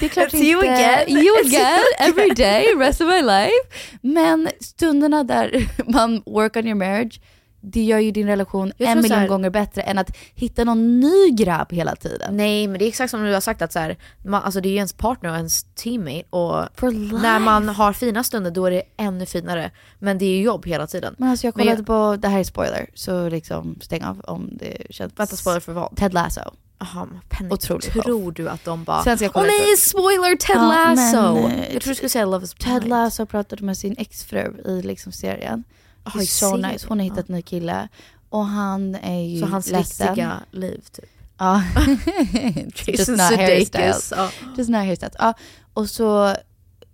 [SPEAKER 3] det är klart
[SPEAKER 4] It's you
[SPEAKER 3] inte,
[SPEAKER 4] again.
[SPEAKER 3] you
[SPEAKER 4] It's you
[SPEAKER 3] again, every
[SPEAKER 4] again.
[SPEAKER 3] day, rest of my life. Men stunderna där man work on your marriage, det gör ju din relation
[SPEAKER 4] Jag
[SPEAKER 3] en
[SPEAKER 4] tror så
[SPEAKER 3] miljon
[SPEAKER 4] här-
[SPEAKER 3] gånger bättre än att hitta någon ny grabb hela tiden.
[SPEAKER 4] Nej men det är exakt som du har sagt att så här, man, alltså det är ju ens partner och ens teammate och
[SPEAKER 3] For life.
[SPEAKER 4] när man har fina stunder då är det ännu finare. Men det är ju jobb hela tiden.
[SPEAKER 3] Men alltså jag
[SPEAKER 4] Men
[SPEAKER 3] kollade på, det här är spoiler, så liksom stäng av om det känns...
[SPEAKER 4] Vänta, spoiler för vad?
[SPEAKER 3] Ted Lasso.
[SPEAKER 4] Jaha, men Penny,
[SPEAKER 3] Otroligt
[SPEAKER 4] tror du att de bara...
[SPEAKER 3] Svenska
[SPEAKER 4] Åh
[SPEAKER 3] kollar
[SPEAKER 4] nej,
[SPEAKER 3] inte.
[SPEAKER 4] spoiler Ted
[SPEAKER 3] Ja,
[SPEAKER 4] Lasso!
[SPEAKER 3] men, eh,
[SPEAKER 4] jag tror du skulle säga Love is blind.
[SPEAKER 3] Ted Lasso pratade med sin exfru i liksom serien.
[SPEAKER 4] Ah, i
[SPEAKER 3] He's so
[SPEAKER 4] serien.
[SPEAKER 3] nice. Hon har hittat en ny kille. Och han är ju
[SPEAKER 4] Så hans
[SPEAKER 3] ledsen.
[SPEAKER 4] riktiga liv typ.
[SPEAKER 3] Ja. Just
[SPEAKER 4] Jason
[SPEAKER 3] not hairstyles.
[SPEAKER 4] Sudeikis, ja.
[SPEAKER 3] Just not hairstyles. Ja. Och så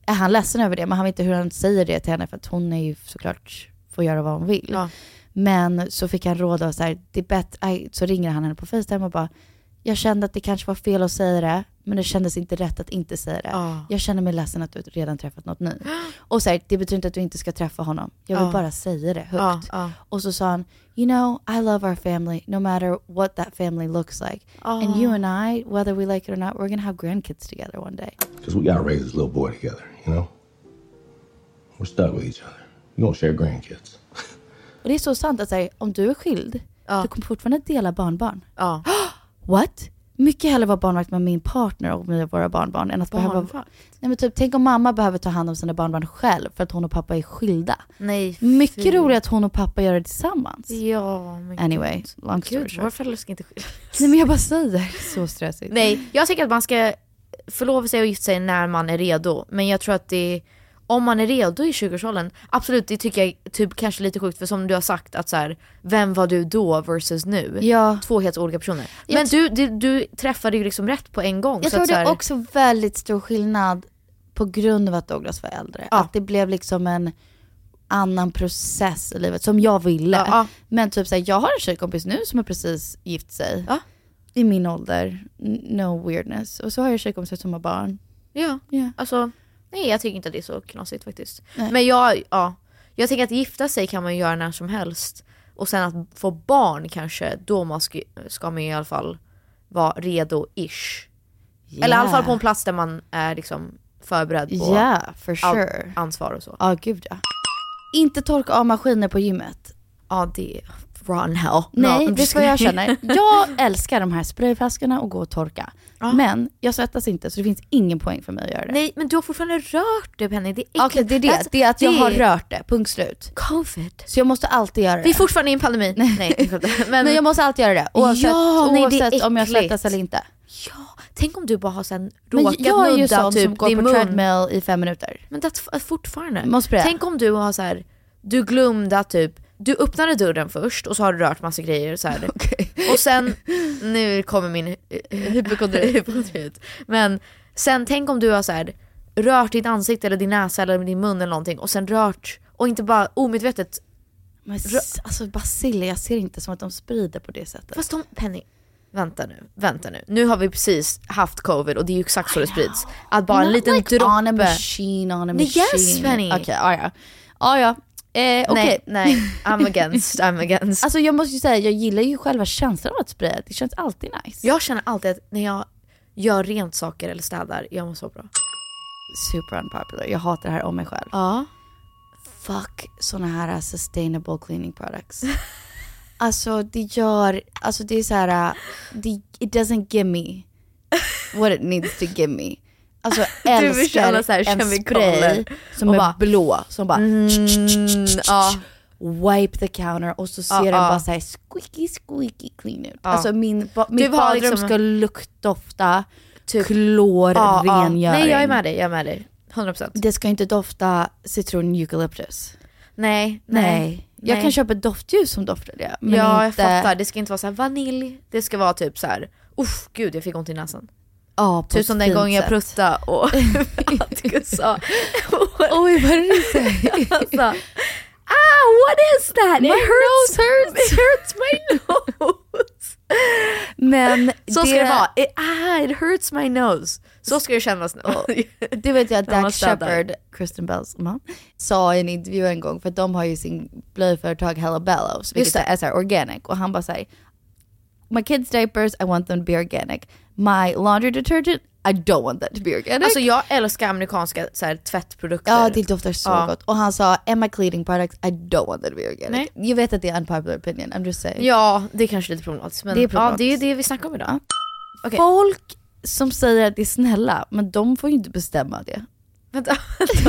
[SPEAKER 3] är han ledsen över det men han vet inte hur han säger det till henne för att hon är ju såklart får göra vad hon vill.
[SPEAKER 4] Ja.
[SPEAKER 3] Men så fick han råd av så här, det är bättre, aj, så ringer han henne på Facetime och bara, jag kände att det kanske var fel att säga det, men det kändes inte rätt att inte säga det. Jag känner mig ledsen att du redan träffat något ny. Och så här, det betyder inte att du inte ska träffa honom. Jag vill
[SPEAKER 4] Ja.
[SPEAKER 3] bara säga det
[SPEAKER 4] Ja,
[SPEAKER 3] högt. Och så sa han, you know, I love our family no matter what that family looks like. And
[SPEAKER 4] Ah.
[SPEAKER 3] you and I, whether we like it or not, we're gonna have grandkids together one day.
[SPEAKER 6] Because we got to raise this little boy together, you know? We're stuck with each other. We don't share grandkids.
[SPEAKER 3] Och det är så sant att säga, om du är skild, du kommer fortfarande dela barnbarn. What? Mycket hellre vara barnvakt med min partner och med våra barnbarn än att behöva...
[SPEAKER 4] Barnvakt?
[SPEAKER 3] Nej, men typ, tänk om mamma behöver ta hand om sina barnbarn själv för att hon och pappa är skilda.
[SPEAKER 4] Nej,
[SPEAKER 3] Mycket
[SPEAKER 4] fy.
[SPEAKER 3] roligare att hon och pappa gör det tillsammans.
[SPEAKER 4] Ja, men
[SPEAKER 3] Anyway, long story
[SPEAKER 4] Gud, våra
[SPEAKER 3] short.
[SPEAKER 4] föräldrar ska inte skilja
[SPEAKER 3] Nej men jag bara säger, så stressigt.
[SPEAKER 4] Nej, jag tycker att man ska förlova sig och gifta sig när man är redo. Men jag tror att det, om man är redo i 20-årsåldern, absolut det tycker jag är typ kanske lite sjukt för som du har sagt att så här, vem var du då versus nu?
[SPEAKER 3] Ja.
[SPEAKER 4] Två helt olika personer.
[SPEAKER 3] Jag
[SPEAKER 4] Men
[SPEAKER 3] tr-
[SPEAKER 4] du, du, du träffade ju liksom rätt på en gång.
[SPEAKER 3] Jag
[SPEAKER 4] så
[SPEAKER 3] tror
[SPEAKER 4] att, så
[SPEAKER 3] det
[SPEAKER 4] här,
[SPEAKER 3] är också väldigt stor skillnad på grund av att Douglas var äldre. Att det blev liksom en annan process i livet som jag ville. Men typ såhär, jag har en tjejkompis nu som har precis gift sig. I min ålder, N- no weirdness. Och så har jag tjejkompisar som har barn.
[SPEAKER 4] Ja,
[SPEAKER 3] Ja.
[SPEAKER 4] alltså nej jag tycker inte att det är så knasigt faktiskt.
[SPEAKER 3] Nej.
[SPEAKER 4] Men jag, ja, jag tänker att gifta sig kan man göra när som helst. Och sen att få barn kanske, då man ska, ska man i alla fall vara redo-ish. Eller i alla fall på en plats där man är liksom förberedd på
[SPEAKER 3] Yeah, for
[SPEAKER 4] allt
[SPEAKER 3] sure.
[SPEAKER 4] ansvar och så.
[SPEAKER 3] Ja, gud ja. Inte torka av maskiner på gymmet.
[SPEAKER 4] Ja, det är run hell.
[SPEAKER 3] Nej,
[SPEAKER 4] No, I'm
[SPEAKER 3] vet
[SPEAKER 4] just
[SPEAKER 3] du vad jag
[SPEAKER 4] kidding.
[SPEAKER 3] känner? Jag älskar de här sprayflaskorna och gå och torka. Men jag svettas inte så det finns ingen poäng för mig att göra det.
[SPEAKER 4] Nej men du har fortfarande rört det Penny, det är äckligt.
[SPEAKER 3] Okej, det är det.
[SPEAKER 4] That's-
[SPEAKER 3] alltså, Det är att jag har
[SPEAKER 4] är-
[SPEAKER 3] rört det, punkt slut.
[SPEAKER 4] Covid.
[SPEAKER 3] Så jag måste alltid göra det.
[SPEAKER 4] Vi är fortfarande i en pandemi. Nej, jag skämtar. men,
[SPEAKER 3] Men jag måste alltid göra det. Oavsett,
[SPEAKER 4] Ja, nej, det är
[SPEAKER 3] oavsett om jag
[SPEAKER 4] äckligt.
[SPEAKER 3] svettas eller inte.
[SPEAKER 4] Tänk om du bara har sen
[SPEAKER 3] Men
[SPEAKER 4] råkat
[SPEAKER 3] jag är ju
[SPEAKER 4] nudda
[SPEAKER 3] sån som
[SPEAKER 4] typ
[SPEAKER 3] går
[SPEAKER 4] din
[SPEAKER 3] på
[SPEAKER 4] mun.
[SPEAKER 3] treadmill i fem minuter.
[SPEAKER 4] Men det är f- alltså, fortfarande.
[SPEAKER 3] Måste spraya.
[SPEAKER 4] Tänk om du har så här, du glömde att typ, du öppnade dörren först och så har du rört massa grejer så här. Och sen, nu kommer min eh, hypokondri hypokondri ut. Men sen tänk om du har så här, rört ditt ansikte eller din näsa eller din mun eller någonting och sen rört och inte bara omedvetet.
[SPEAKER 3] Men s- alltså basiller, jag ser inte som att de sprider på det sättet.
[SPEAKER 4] Fast de, Penny, vänta nu, vänta nu. Nu har vi precis haft covid och det är ju exakt så det sprids. Att bara en
[SPEAKER 3] Not
[SPEAKER 4] liten
[SPEAKER 3] like
[SPEAKER 4] droppe.
[SPEAKER 3] on a machine, on
[SPEAKER 4] Nej,
[SPEAKER 3] a machine.
[SPEAKER 4] yes, Penny.
[SPEAKER 3] Okej, ja ja. Ja ja. Eh, okej.
[SPEAKER 4] Nej, nej, I'm against, I'm against.
[SPEAKER 3] Alltså jag måste ju säga, jag gillar ju själva känslan av att spraya. Det känns alltid nice.
[SPEAKER 4] Jag känner alltid att när jag gör rent saker eller städar, jag mår så bra.
[SPEAKER 3] Super unpopular, jag hatar det här om mig själv.
[SPEAKER 4] Ja.
[SPEAKER 3] Fuck såna här uh, sustainable cleaning products. alltså det gör, alltså det är så här, uh, det, it doesn't give me what it needs to give me. Alltså
[SPEAKER 4] Du vill
[SPEAKER 3] älskar
[SPEAKER 4] köra så här
[SPEAKER 3] en
[SPEAKER 4] kemikalier
[SPEAKER 3] spray som
[SPEAKER 4] och
[SPEAKER 3] är
[SPEAKER 4] bara- Mm,
[SPEAKER 3] blå, som bara
[SPEAKER 4] ja.
[SPEAKER 3] wipe the counter och så ser
[SPEAKER 4] Ja,
[SPEAKER 3] den
[SPEAKER 4] ja.
[SPEAKER 3] bara så här squeaky squeaky clean ut.
[SPEAKER 4] Ja.
[SPEAKER 3] Alltså min, ba,
[SPEAKER 4] Du har
[SPEAKER 3] mitt badrum
[SPEAKER 4] liksom- Typ-
[SPEAKER 3] ska luktdofta klorrengöring.
[SPEAKER 4] Nej jag är med dig, jag är med dig. 100%.
[SPEAKER 3] Det ska inte dofta citron eucalyptus.
[SPEAKER 4] Nej,
[SPEAKER 3] Nej.
[SPEAKER 4] nej.
[SPEAKER 3] Jag
[SPEAKER 4] nej.
[SPEAKER 3] kan köpa ett doftljus som doftar det. Men
[SPEAKER 4] ja
[SPEAKER 3] inte...
[SPEAKER 4] jag fattar, det ska inte vara så här vanilj, det ska vara typ så här. usch gud jag fick ont i näsan.
[SPEAKER 3] Ja, på
[SPEAKER 4] Typ
[SPEAKER 3] ett
[SPEAKER 4] som den
[SPEAKER 3] fint
[SPEAKER 4] gången jag
[SPEAKER 3] sätt.
[SPEAKER 4] pruttade och Atticus sa
[SPEAKER 3] Oj, vad är det du säger?
[SPEAKER 4] alltså, Ah, what is that?
[SPEAKER 3] My
[SPEAKER 4] It hurts,
[SPEAKER 3] nose hurts.
[SPEAKER 4] It hurts my nose.
[SPEAKER 3] Men
[SPEAKER 4] Så ska
[SPEAKER 3] det-
[SPEAKER 4] det vara. It, ah, it hurts my nose. Så ska det kännas nu.
[SPEAKER 3] Det vet jag att
[SPEAKER 4] När man
[SPEAKER 3] Dax
[SPEAKER 4] städar.
[SPEAKER 3] Shepard, Kristen Bells man, sa i en intervju en gång, för de har ju sin blöjföretag Hello Bellows, vilket
[SPEAKER 4] Just det.
[SPEAKER 3] är så här organic. Och han bara säger My kids diapers, I want them to be organic. My laundry detergent, I don't want that to be organic.
[SPEAKER 4] Alltså jag älskar amerikanska så här, tvättprodukter.
[SPEAKER 3] Ja det doftar så
[SPEAKER 4] Ja.
[SPEAKER 3] gott. Och han sa, am I cleaning products, I don't want them to be organic. Jag vet att det är unpopular opinion, I'm just saying.
[SPEAKER 4] Ja, det är kanske lite problematiskt. Men
[SPEAKER 3] Det
[SPEAKER 4] det
[SPEAKER 3] är
[SPEAKER 4] är,
[SPEAKER 3] problematiskt.
[SPEAKER 4] Ja, det, är det vi snackar om idag. Okej.
[SPEAKER 3] Folk som säger att det är snälla, men de får ju inte bestämma det.
[SPEAKER 4] Vänta,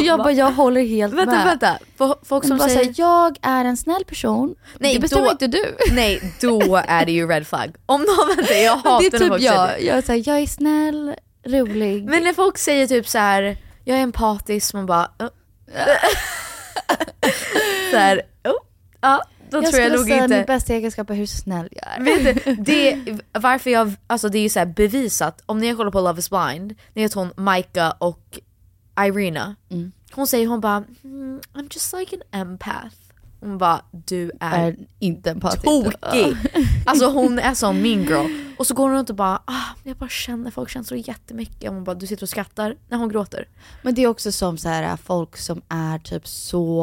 [SPEAKER 3] jag bara, jag håller helt
[SPEAKER 4] Vänta,
[SPEAKER 3] med.
[SPEAKER 4] vänta. Fo- folk
[SPEAKER 3] Men
[SPEAKER 4] som
[SPEAKER 3] bara
[SPEAKER 4] säger-
[SPEAKER 3] så här, jag är en snäll person,
[SPEAKER 4] Nej,
[SPEAKER 3] det bestämmer
[SPEAKER 4] då-
[SPEAKER 3] inte du.
[SPEAKER 4] Nej, då är det ju red flag. Om någon, vänta, jag hatar
[SPEAKER 3] det är
[SPEAKER 4] när
[SPEAKER 3] typ
[SPEAKER 4] folk säger
[SPEAKER 3] jag.
[SPEAKER 4] det.
[SPEAKER 3] Jag är, så här, jag är snäll, rolig.
[SPEAKER 4] Men när folk säger typ så här, jag är empatisk, man bara... Uh. så här, oh, ja, då tror
[SPEAKER 3] jag
[SPEAKER 4] jag
[SPEAKER 3] skulle
[SPEAKER 4] nog
[SPEAKER 3] säga
[SPEAKER 4] inte...
[SPEAKER 3] min bästa egenskap är hur snäll jag är.
[SPEAKER 4] Vet du, det, varför jag, alltså det är ju så här bevisat, om ni kollar på Love is blind, ni vet hon Micah "Mm, och Irina. Hon säger, hon bara mm, I'm just like an empath. Hon bara, du är,
[SPEAKER 3] Är inte empatisk.
[SPEAKER 4] tokig. Alltså hon är som min girl. Och så går hon runt och bara, ah, jag bara känner folk känslor jättemycket. Och hon bara, du sitter och skrattar när hon gråter.
[SPEAKER 3] Men det är också som så här, äh, folk som är typ så...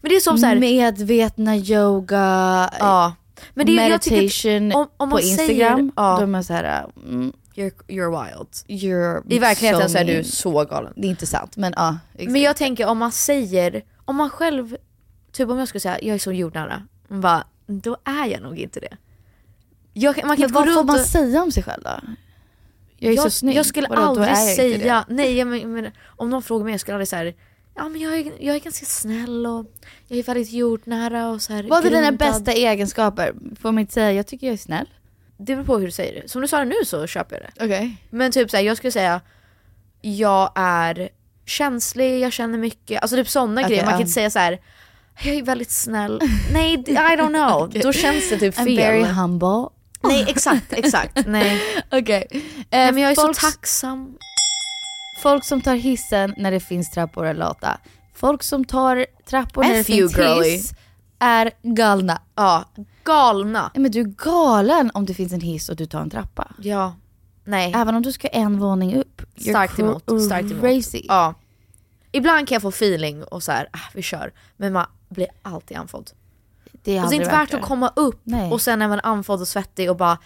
[SPEAKER 4] Men det är som så här-
[SPEAKER 3] Medvetna yoga,
[SPEAKER 4] Ja. Men det, är- jag tycker-
[SPEAKER 3] meditation
[SPEAKER 4] om- om man
[SPEAKER 3] på Instagram.
[SPEAKER 4] säger- ja.
[SPEAKER 3] Då är man så här, mm,
[SPEAKER 4] You're, you're wild.
[SPEAKER 3] you're
[SPEAKER 4] I verkligheten så är
[SPEAKER 3] mean.
[SPEAKER 4] du så galen.
[SPEAKER 3] Det är inte sant men ja. exakt.
[SPEAKER 4] Men jag tänker om man säger, om man själv, typ om jag skulle säga jag är så jordnära, man bara, då är jag nog inte det. Jag, kan- man kan
[SPEAKER 3] Men
[SPEAKER 4] gå
[SPEAKER 3] vad får
[SPEAKER 4] runt
[SPEAKER 3] man
[SPEAKER 4] och-
[SPEAKER 3] säga om sig själv då? Jag är så snygg.
[SPEAKER 4] Jag skulle
[SPEAKER 3] Vadå, då
[SPEAKER 4] aldrig
[SPEAKER 3] är jag inte det?
[SPEAKER 4] säga, nej jag men, men, om någon frågar mig jag skulle aldrig säga ja men jag är, jag är ganska snäll och jag är väldigt jordnära och så här
[SPEAKER 3] Vad är dina
[SPEAKER 4] grundad."
[SPEAKER 3] bästa egenskaper? Får man inte säga jag tycker jag är snäll?
[SPEAKER 4] Det beror på hur du säger det. Som du sa det nu så köper jag det.
[SPEAKER 3] Okej.
[SPEAKER 4] Men typ såhär, jag skulle säga jag är känslig, jag känner mycket, alltså typ sådana
[SPEAKER 3] Okej,
[SPEAKER 4] grejer. Man kan
[SPEAKER 3] ja.
[SPEAKER 4] inte säga så här. jag är väldigt snäll. Nej, I don't know. Då känns det typ fel.
[SPEAKER 3] I'm very humble.
[SPEAKER 4] Nej, exakt, exakt. Nej.
[SPEAKER 3] Okej. Eh,
[SPEAKER 4] Nej men jag är
[SPEAKER 3] folks-
[SPEAKER 4] så tacksam.
[SPEAKER 3] Folk som tar hissen när det finns trappor är lata. Folk som tar trappor när det
[SPEAKER 4] F you,
[SPEAKER 3] finns
[SPEAKER 4] girlie.
[SPEAKER 3] hiss är galna.
[SPEAKER 4] Ja, galna.
[SPEAKER 3] Men du är galen om det finns en hiss och du tar en trappa.
[SPEAKER 4] Ja. Nej.
[SPEAKER 3] Även om du ska en våning upp. You're
[SPEAKER 4] Starkt emot.
[SPEAKER 3] cra-
[SPEAKER 4] Starkt emot.
[SPEAKER 3] Crazy.
[SPEAKER 4] Ja. Ibland kan jag få feeling och så här, ah, vi kör. Men man blir alltid andfådd.
[SPEAKER 3] Det är,
[SPEAKER 4] Och det är
[SPEAKER 3] aldrig
[SPEAKER 4] inte värt att komma upp
[SPEAKER 3] Nej.
[SPEAKER 4] och sen är man andfådd och svettig och bara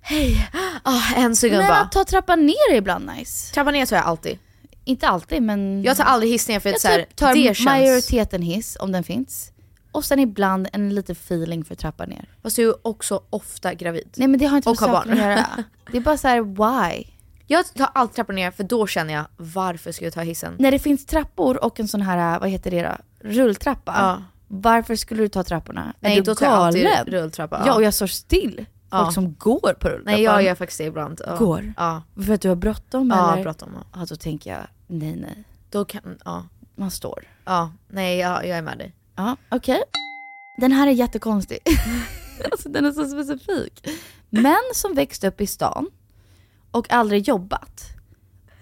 [SPEAKER 4] hej, ah, en sekund
[SPEAKER 3] Men
[SPEAKER 4] bara.
[SPEAKER 3] att ta trappan ner är ibland nice.
[SPEAKER 4] Trappa ner tar jag alltid.
[SPEAKER 3] Inte alltid men...
[SPEAKER 4] Jag tar aldrig hiss ner för
[SPEAKER 3] jag
[SPEAKER 4] att så här,
[SPEAKER 3] typ tar
[SPEAKER 4] det känns.
[SPEAKER 3] majoriteten hiss om den finns. Och sen ibland en liten feeling för trappan ner.
[SPEAKER 4] Fast du är också ofta gravid.
[SPEAKER 3] Nej men det har inte med
[SPEAKER 4] Och har
[SPEAKER 3] saken att
[SPEAKER 4] barn.
[SPEAKER 3] göra. Det är bara så här, why?
[SPEAKER 4] Jag tar alltid trappan ner för då känner jag varför ska jag ta hissen?
[SPEAKER 3] När det finns trappor och en sån här, vad heter det då? Rulltrappa.
[SPEAKER 4] Ja.
[SPEAKER 3] Varför skulle du ta trapporna?
[SPEAKER 4] Nej,
[SPEAKER 3] är du
[SPEAKER 4] då tar jag alltid
[SPEAKER 3] galen?
[SPEAKER 4] rulltrappa,
[SPEAKER 3] Ja.
[SPEAKER 4] ja.
[SPEAKER 3] och jag står still. Folk
[SPEAKER 4] Ja.
[SPEAKER 3] som går på rulltrappan.
[SPEAKER 4] Nej jag gör faktiskt det ibland. Ja.
[SPEAKER 3] Går?
[SPEAKER 4] Ja.
[SPEAKER 3] För att du har bråttom
[SPEAKER 4] Ja,
[SPEAKER 3] eller?
[SPEAKER 4] bråttom. ja.
[SPEAKER 3] Ja då tänker jag, nej nej.
[SPEAKER 4] Då kan, ja.
[SPEAKER 3] Man står.
[SPEAKER 4] Ja, nej jag, jag är med dig.
[SPEAKER 3] Ja, okej. Den här är jättekonstig. alltså, den är så specifik. Män som växt upp i stan och aldrig jobbat,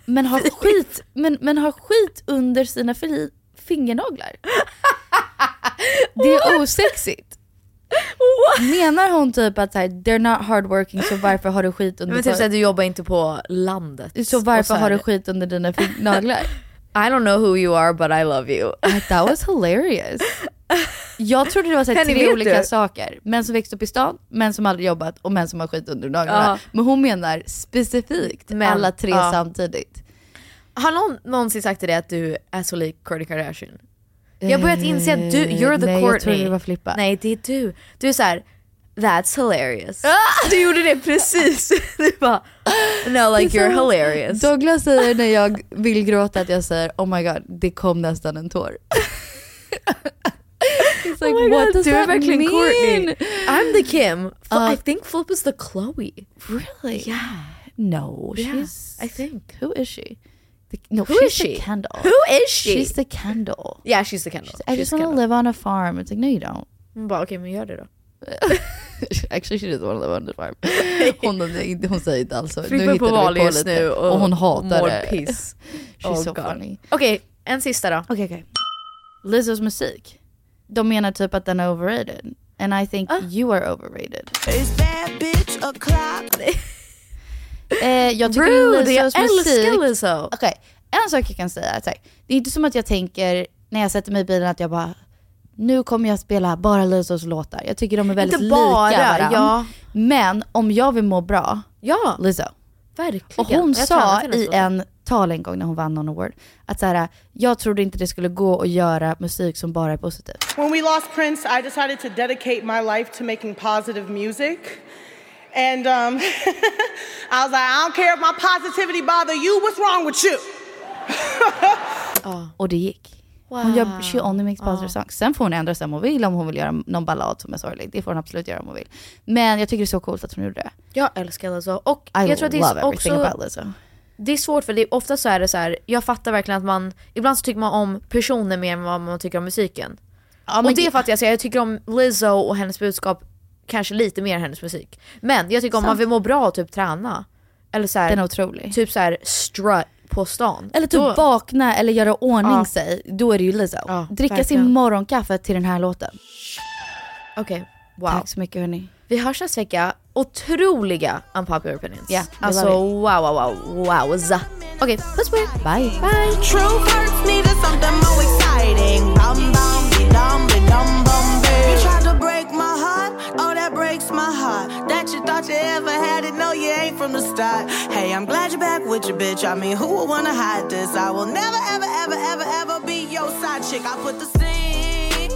[SPEAKER 3] men har skit, men, men har skit under sina fri, fingernaglar. Det är osexigt. Menar hon typ att så här, they're not hardworking så varför har du skit under
[SPEAKER 4] Men typ
[SPEAKER 3] för-
[SPEAKER 4] såhär, du jobbar inte på landet.
[SPEAKER 3] Så
[SPEAKER 4] Och
[SPEAKER 3] varför
[SPEAKER 4] så här-
[SPEAKER 3] har du skit under dina naglar?
[SPEAKER 4] I don't know who you are but I love you.
[SPEAKER 3] That was hilarious. Jag trodde det var så här,
[SPEAKER 4] Henny,
[SPEAKER 3] tre
[SPEAKER 4] vet
[SPEAKER 3] olika
[SPEAKER 4] du?
[SPEAKER 3] saker. Män som växt upp i stan, män som aldrig jobbat och män som har skit under naglarna.
[SPEAKER 4] Ja.
[SPEAKER 3] Men hon menar specifikt
[SPEAKER 4] Men,
[SPEAKER 3] alla tre
[SPEAKER 4] ja.
[SPEAKER 3] samtidigt.
[SPEAKER 4] Har någon någonsin sagt till dig att du är så lik Kourtney Kardashian? Jag har börjat inse att du, you're the
[SPEAKER 3] Eh, nej, jag
[SPEAKER 4] Kourtney.
[SPEAKER 3] trodde det var Flippa.
[SPEAKER 4] Nej det är du. Du är såhär, that's hilarious. Du gjorde det precis. Du bara, no like
[SPEAKER 3] Ah! Det är
[SPEAKER 4] you're
[SPEAKER 3] så-
[SPEAKER 4] hilarious.
[SPEAKER 3] Douglas säger när jag vill gråta att jag säger oh my god, det kom nästan en tår. It's like,
[SPEAKER 4] Oh my
[SPEAKER 3] what
[SPEAKER 4] God,
[SPEAKER 3] does
[SPEAKER 4] du är
[SPEAKER 3] that
[SPEAKER 4] verkligen
[SPEAKER 3] mean?
[SPEAKER 4] Kourtney. I'm the Kim. Fl-
[SPEAKER 3] Ja.
[SPEAKER 4] I think Flip is the Chloe.
[SPEAKER 3] Really? No,
[SPEAKER 4] Yeah,
[SPEAKER 3] she's...
[SPEAKER 4] I think.
[SPEAKER 3] Who is she? The, no,
[SPEAKER 4] Who
[SPEAKER 3] she's
[SPEAKER 4] is she?
[SPEAKER 3] the Kendall.
[SPEAKER 4] Who is she?
[SPEAKER 3] She's the Kendall.
[SPEAKER 4] Yeah she's the Kendall.
[SPEAKER 3] I
[SPEAKER 4] She's
[SPEAKER 3] just
[SPEAKER 4] the
[SPEAKER 3] want to
[SPEAKER 4] Kendall.
[SPEAKER 3] live on a farm. It's like, no you don't.
[SPEAKER 4] Hon bara okej men gör det då.
[SPEAKER 3] Actually she doesn't want to live on the farm. Hon, hon, hon säger inte alls så.
[SPEAKER 4] Flipper på
[SPEAKER 3] hittade vi
[SPEAKER 4] val just
[SPEAKER 3] lite.
[SPEAKER 4] nu och,
[SPEAKER 3] och hon hatar
[SPEAKER 4] mår
[SPEAKER 3] det.
[SPEAKER 4] piss.
[SPEAKER 3] She's
[SPEAKER 4] Oh
[SPEAKER 3] so
[SPEAKER 4] God.
[SPEAKER 3] funny.
[SPEAKER 4] Okej, en sista då.
[SPEAKER 3] Okej okej. Lizos musik. De menar typ att den är overrated. And I think you are overrated. Eh, jag tycker
[SPEAKER 4] Rude,
[SPEAKER 3] Lizos
[SPEAKER 4] jag
[SPEAKER 3] musik...
[SPEAKER 4] älskar Lizzo.
[SPEAKER 3] Okej, en sak jag kan säga. är Så här, det är inte som att jag tänker när jag sätter mig i bilen att jag bara, nu kommer jag spela bara Lizos låtar. Jag tycker de är väldigt
[SPEAKER 4] Inte bara,
[SPEAKER 3] lika varandra.
[SPEAKER 4] ja.
[SPEAKER 3] Men om jag vill må bra,
[SPEAKER 4] Ja,
[SPEAKER 3] Lizzo.
[SPEAKER 4] verkligen.
[SPEAKER 3] Och hon
[SPEAKER 4] Jag har tränat
[SPEAKER 3] sa
[SPEAKER 4] hennes
[SPEAKER 3] i
[SPEAKER 4] låtar.
[SPEAKER 3] en tal en gång när hon vann någon award, att så här, jag trodde inte det skulle gå att göra musik som bara är positiv.
[SPEAKER 7] When we lost Prince, I decided to dedicate my life to making positive music. And um, I was like, I don't care if my positivity bother you. What's wrong with you?
[SPEAKER 3] Och det gick. Hon gör, she only makes positive songs. Sen får hon ändra sig om hon vill, om hon vill göra någon ballad som är sorglig. Det får hon absolut göra om hon vill. Men jag tycker det är så coolt att hon gjorde det.
[SPEAKER 4] Jag älskar Lizzo. Och
[SPEAKER 3] I
[SPEAKER 4] jag tror att det
[SPEAKER 3] love
[SPEAKER 4] är
[SPEAKER 3] everything
[SPEAKER 4] också,
[SPEAKER 3] about Lizzo.
[SPEAKER 4] det är svårt för det är ofta så är det så här, jag fattar verkligen att man, ibland så tycker man om personer mer än vad man tycker om musiken. och
[SPEAKER 3] men-
[SPEAKER 4] det fattar jag, så jag tycker om Lizzo och hennes budskap kanske lite mer än hennes musik. Men jag tycker om man vill må bra och typ träna. Eller så här,
[SPEAKER 3] Den är otrolig.
[SPEAKER 4] typ så här strut på stan.
[SPEAKER 3] Eller typ
[SPEAKER 4] Då-
[SPEAKER 3] vakna eller göra ordning
[SPEAKER 4] Ja.
[SPEAKER 3] sig, då är det ju Lizzo. Dricka
[SPEAKER 4] verkligen.
[SPEAKER 3] sin morgonkaffe till den här låten.
[SPEAKER 4] Okej, wow.
[SPEAKER 3] Tack så mycket hörni.
[SPEAKER 4] Vi hörs nästa vecka. Otroliga unpopular opinions.
[SPEAKER 3] Ja, det
[SPEAKER 4] alltså
[SPEAKER 3] var
[SPEAKER 4] wow, wow, wow, wow. Okej, puss på er. Bye. Bye.
[SPEAKER 8] Truth hurts needed something more exciting. Bum bum, be dum, be dum, bum, bee. You tried to break my heart, oh that breaks my heart. That you thought you ever had it, no you ain't from the start. Hey, I'm glad you're back with your bitch. I mean, who would wanna hide this? I will never, ever, ever, ever, ever be your side chick. I put the singing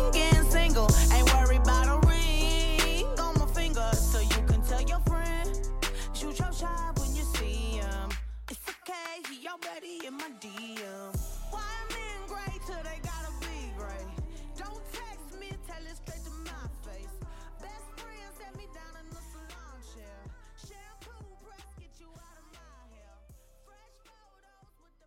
[SPEAKER 8] single, ain't worried about a ring on my finger, so you can tell your friend. Shoot your shot when you see him. It's okay, he already in my DM. Why men great till they gotta be great? Don't text me, tell it straight to my face. Best friend set me down in the salon chair. Shampoo press get you out of my hair. Fresh photos with the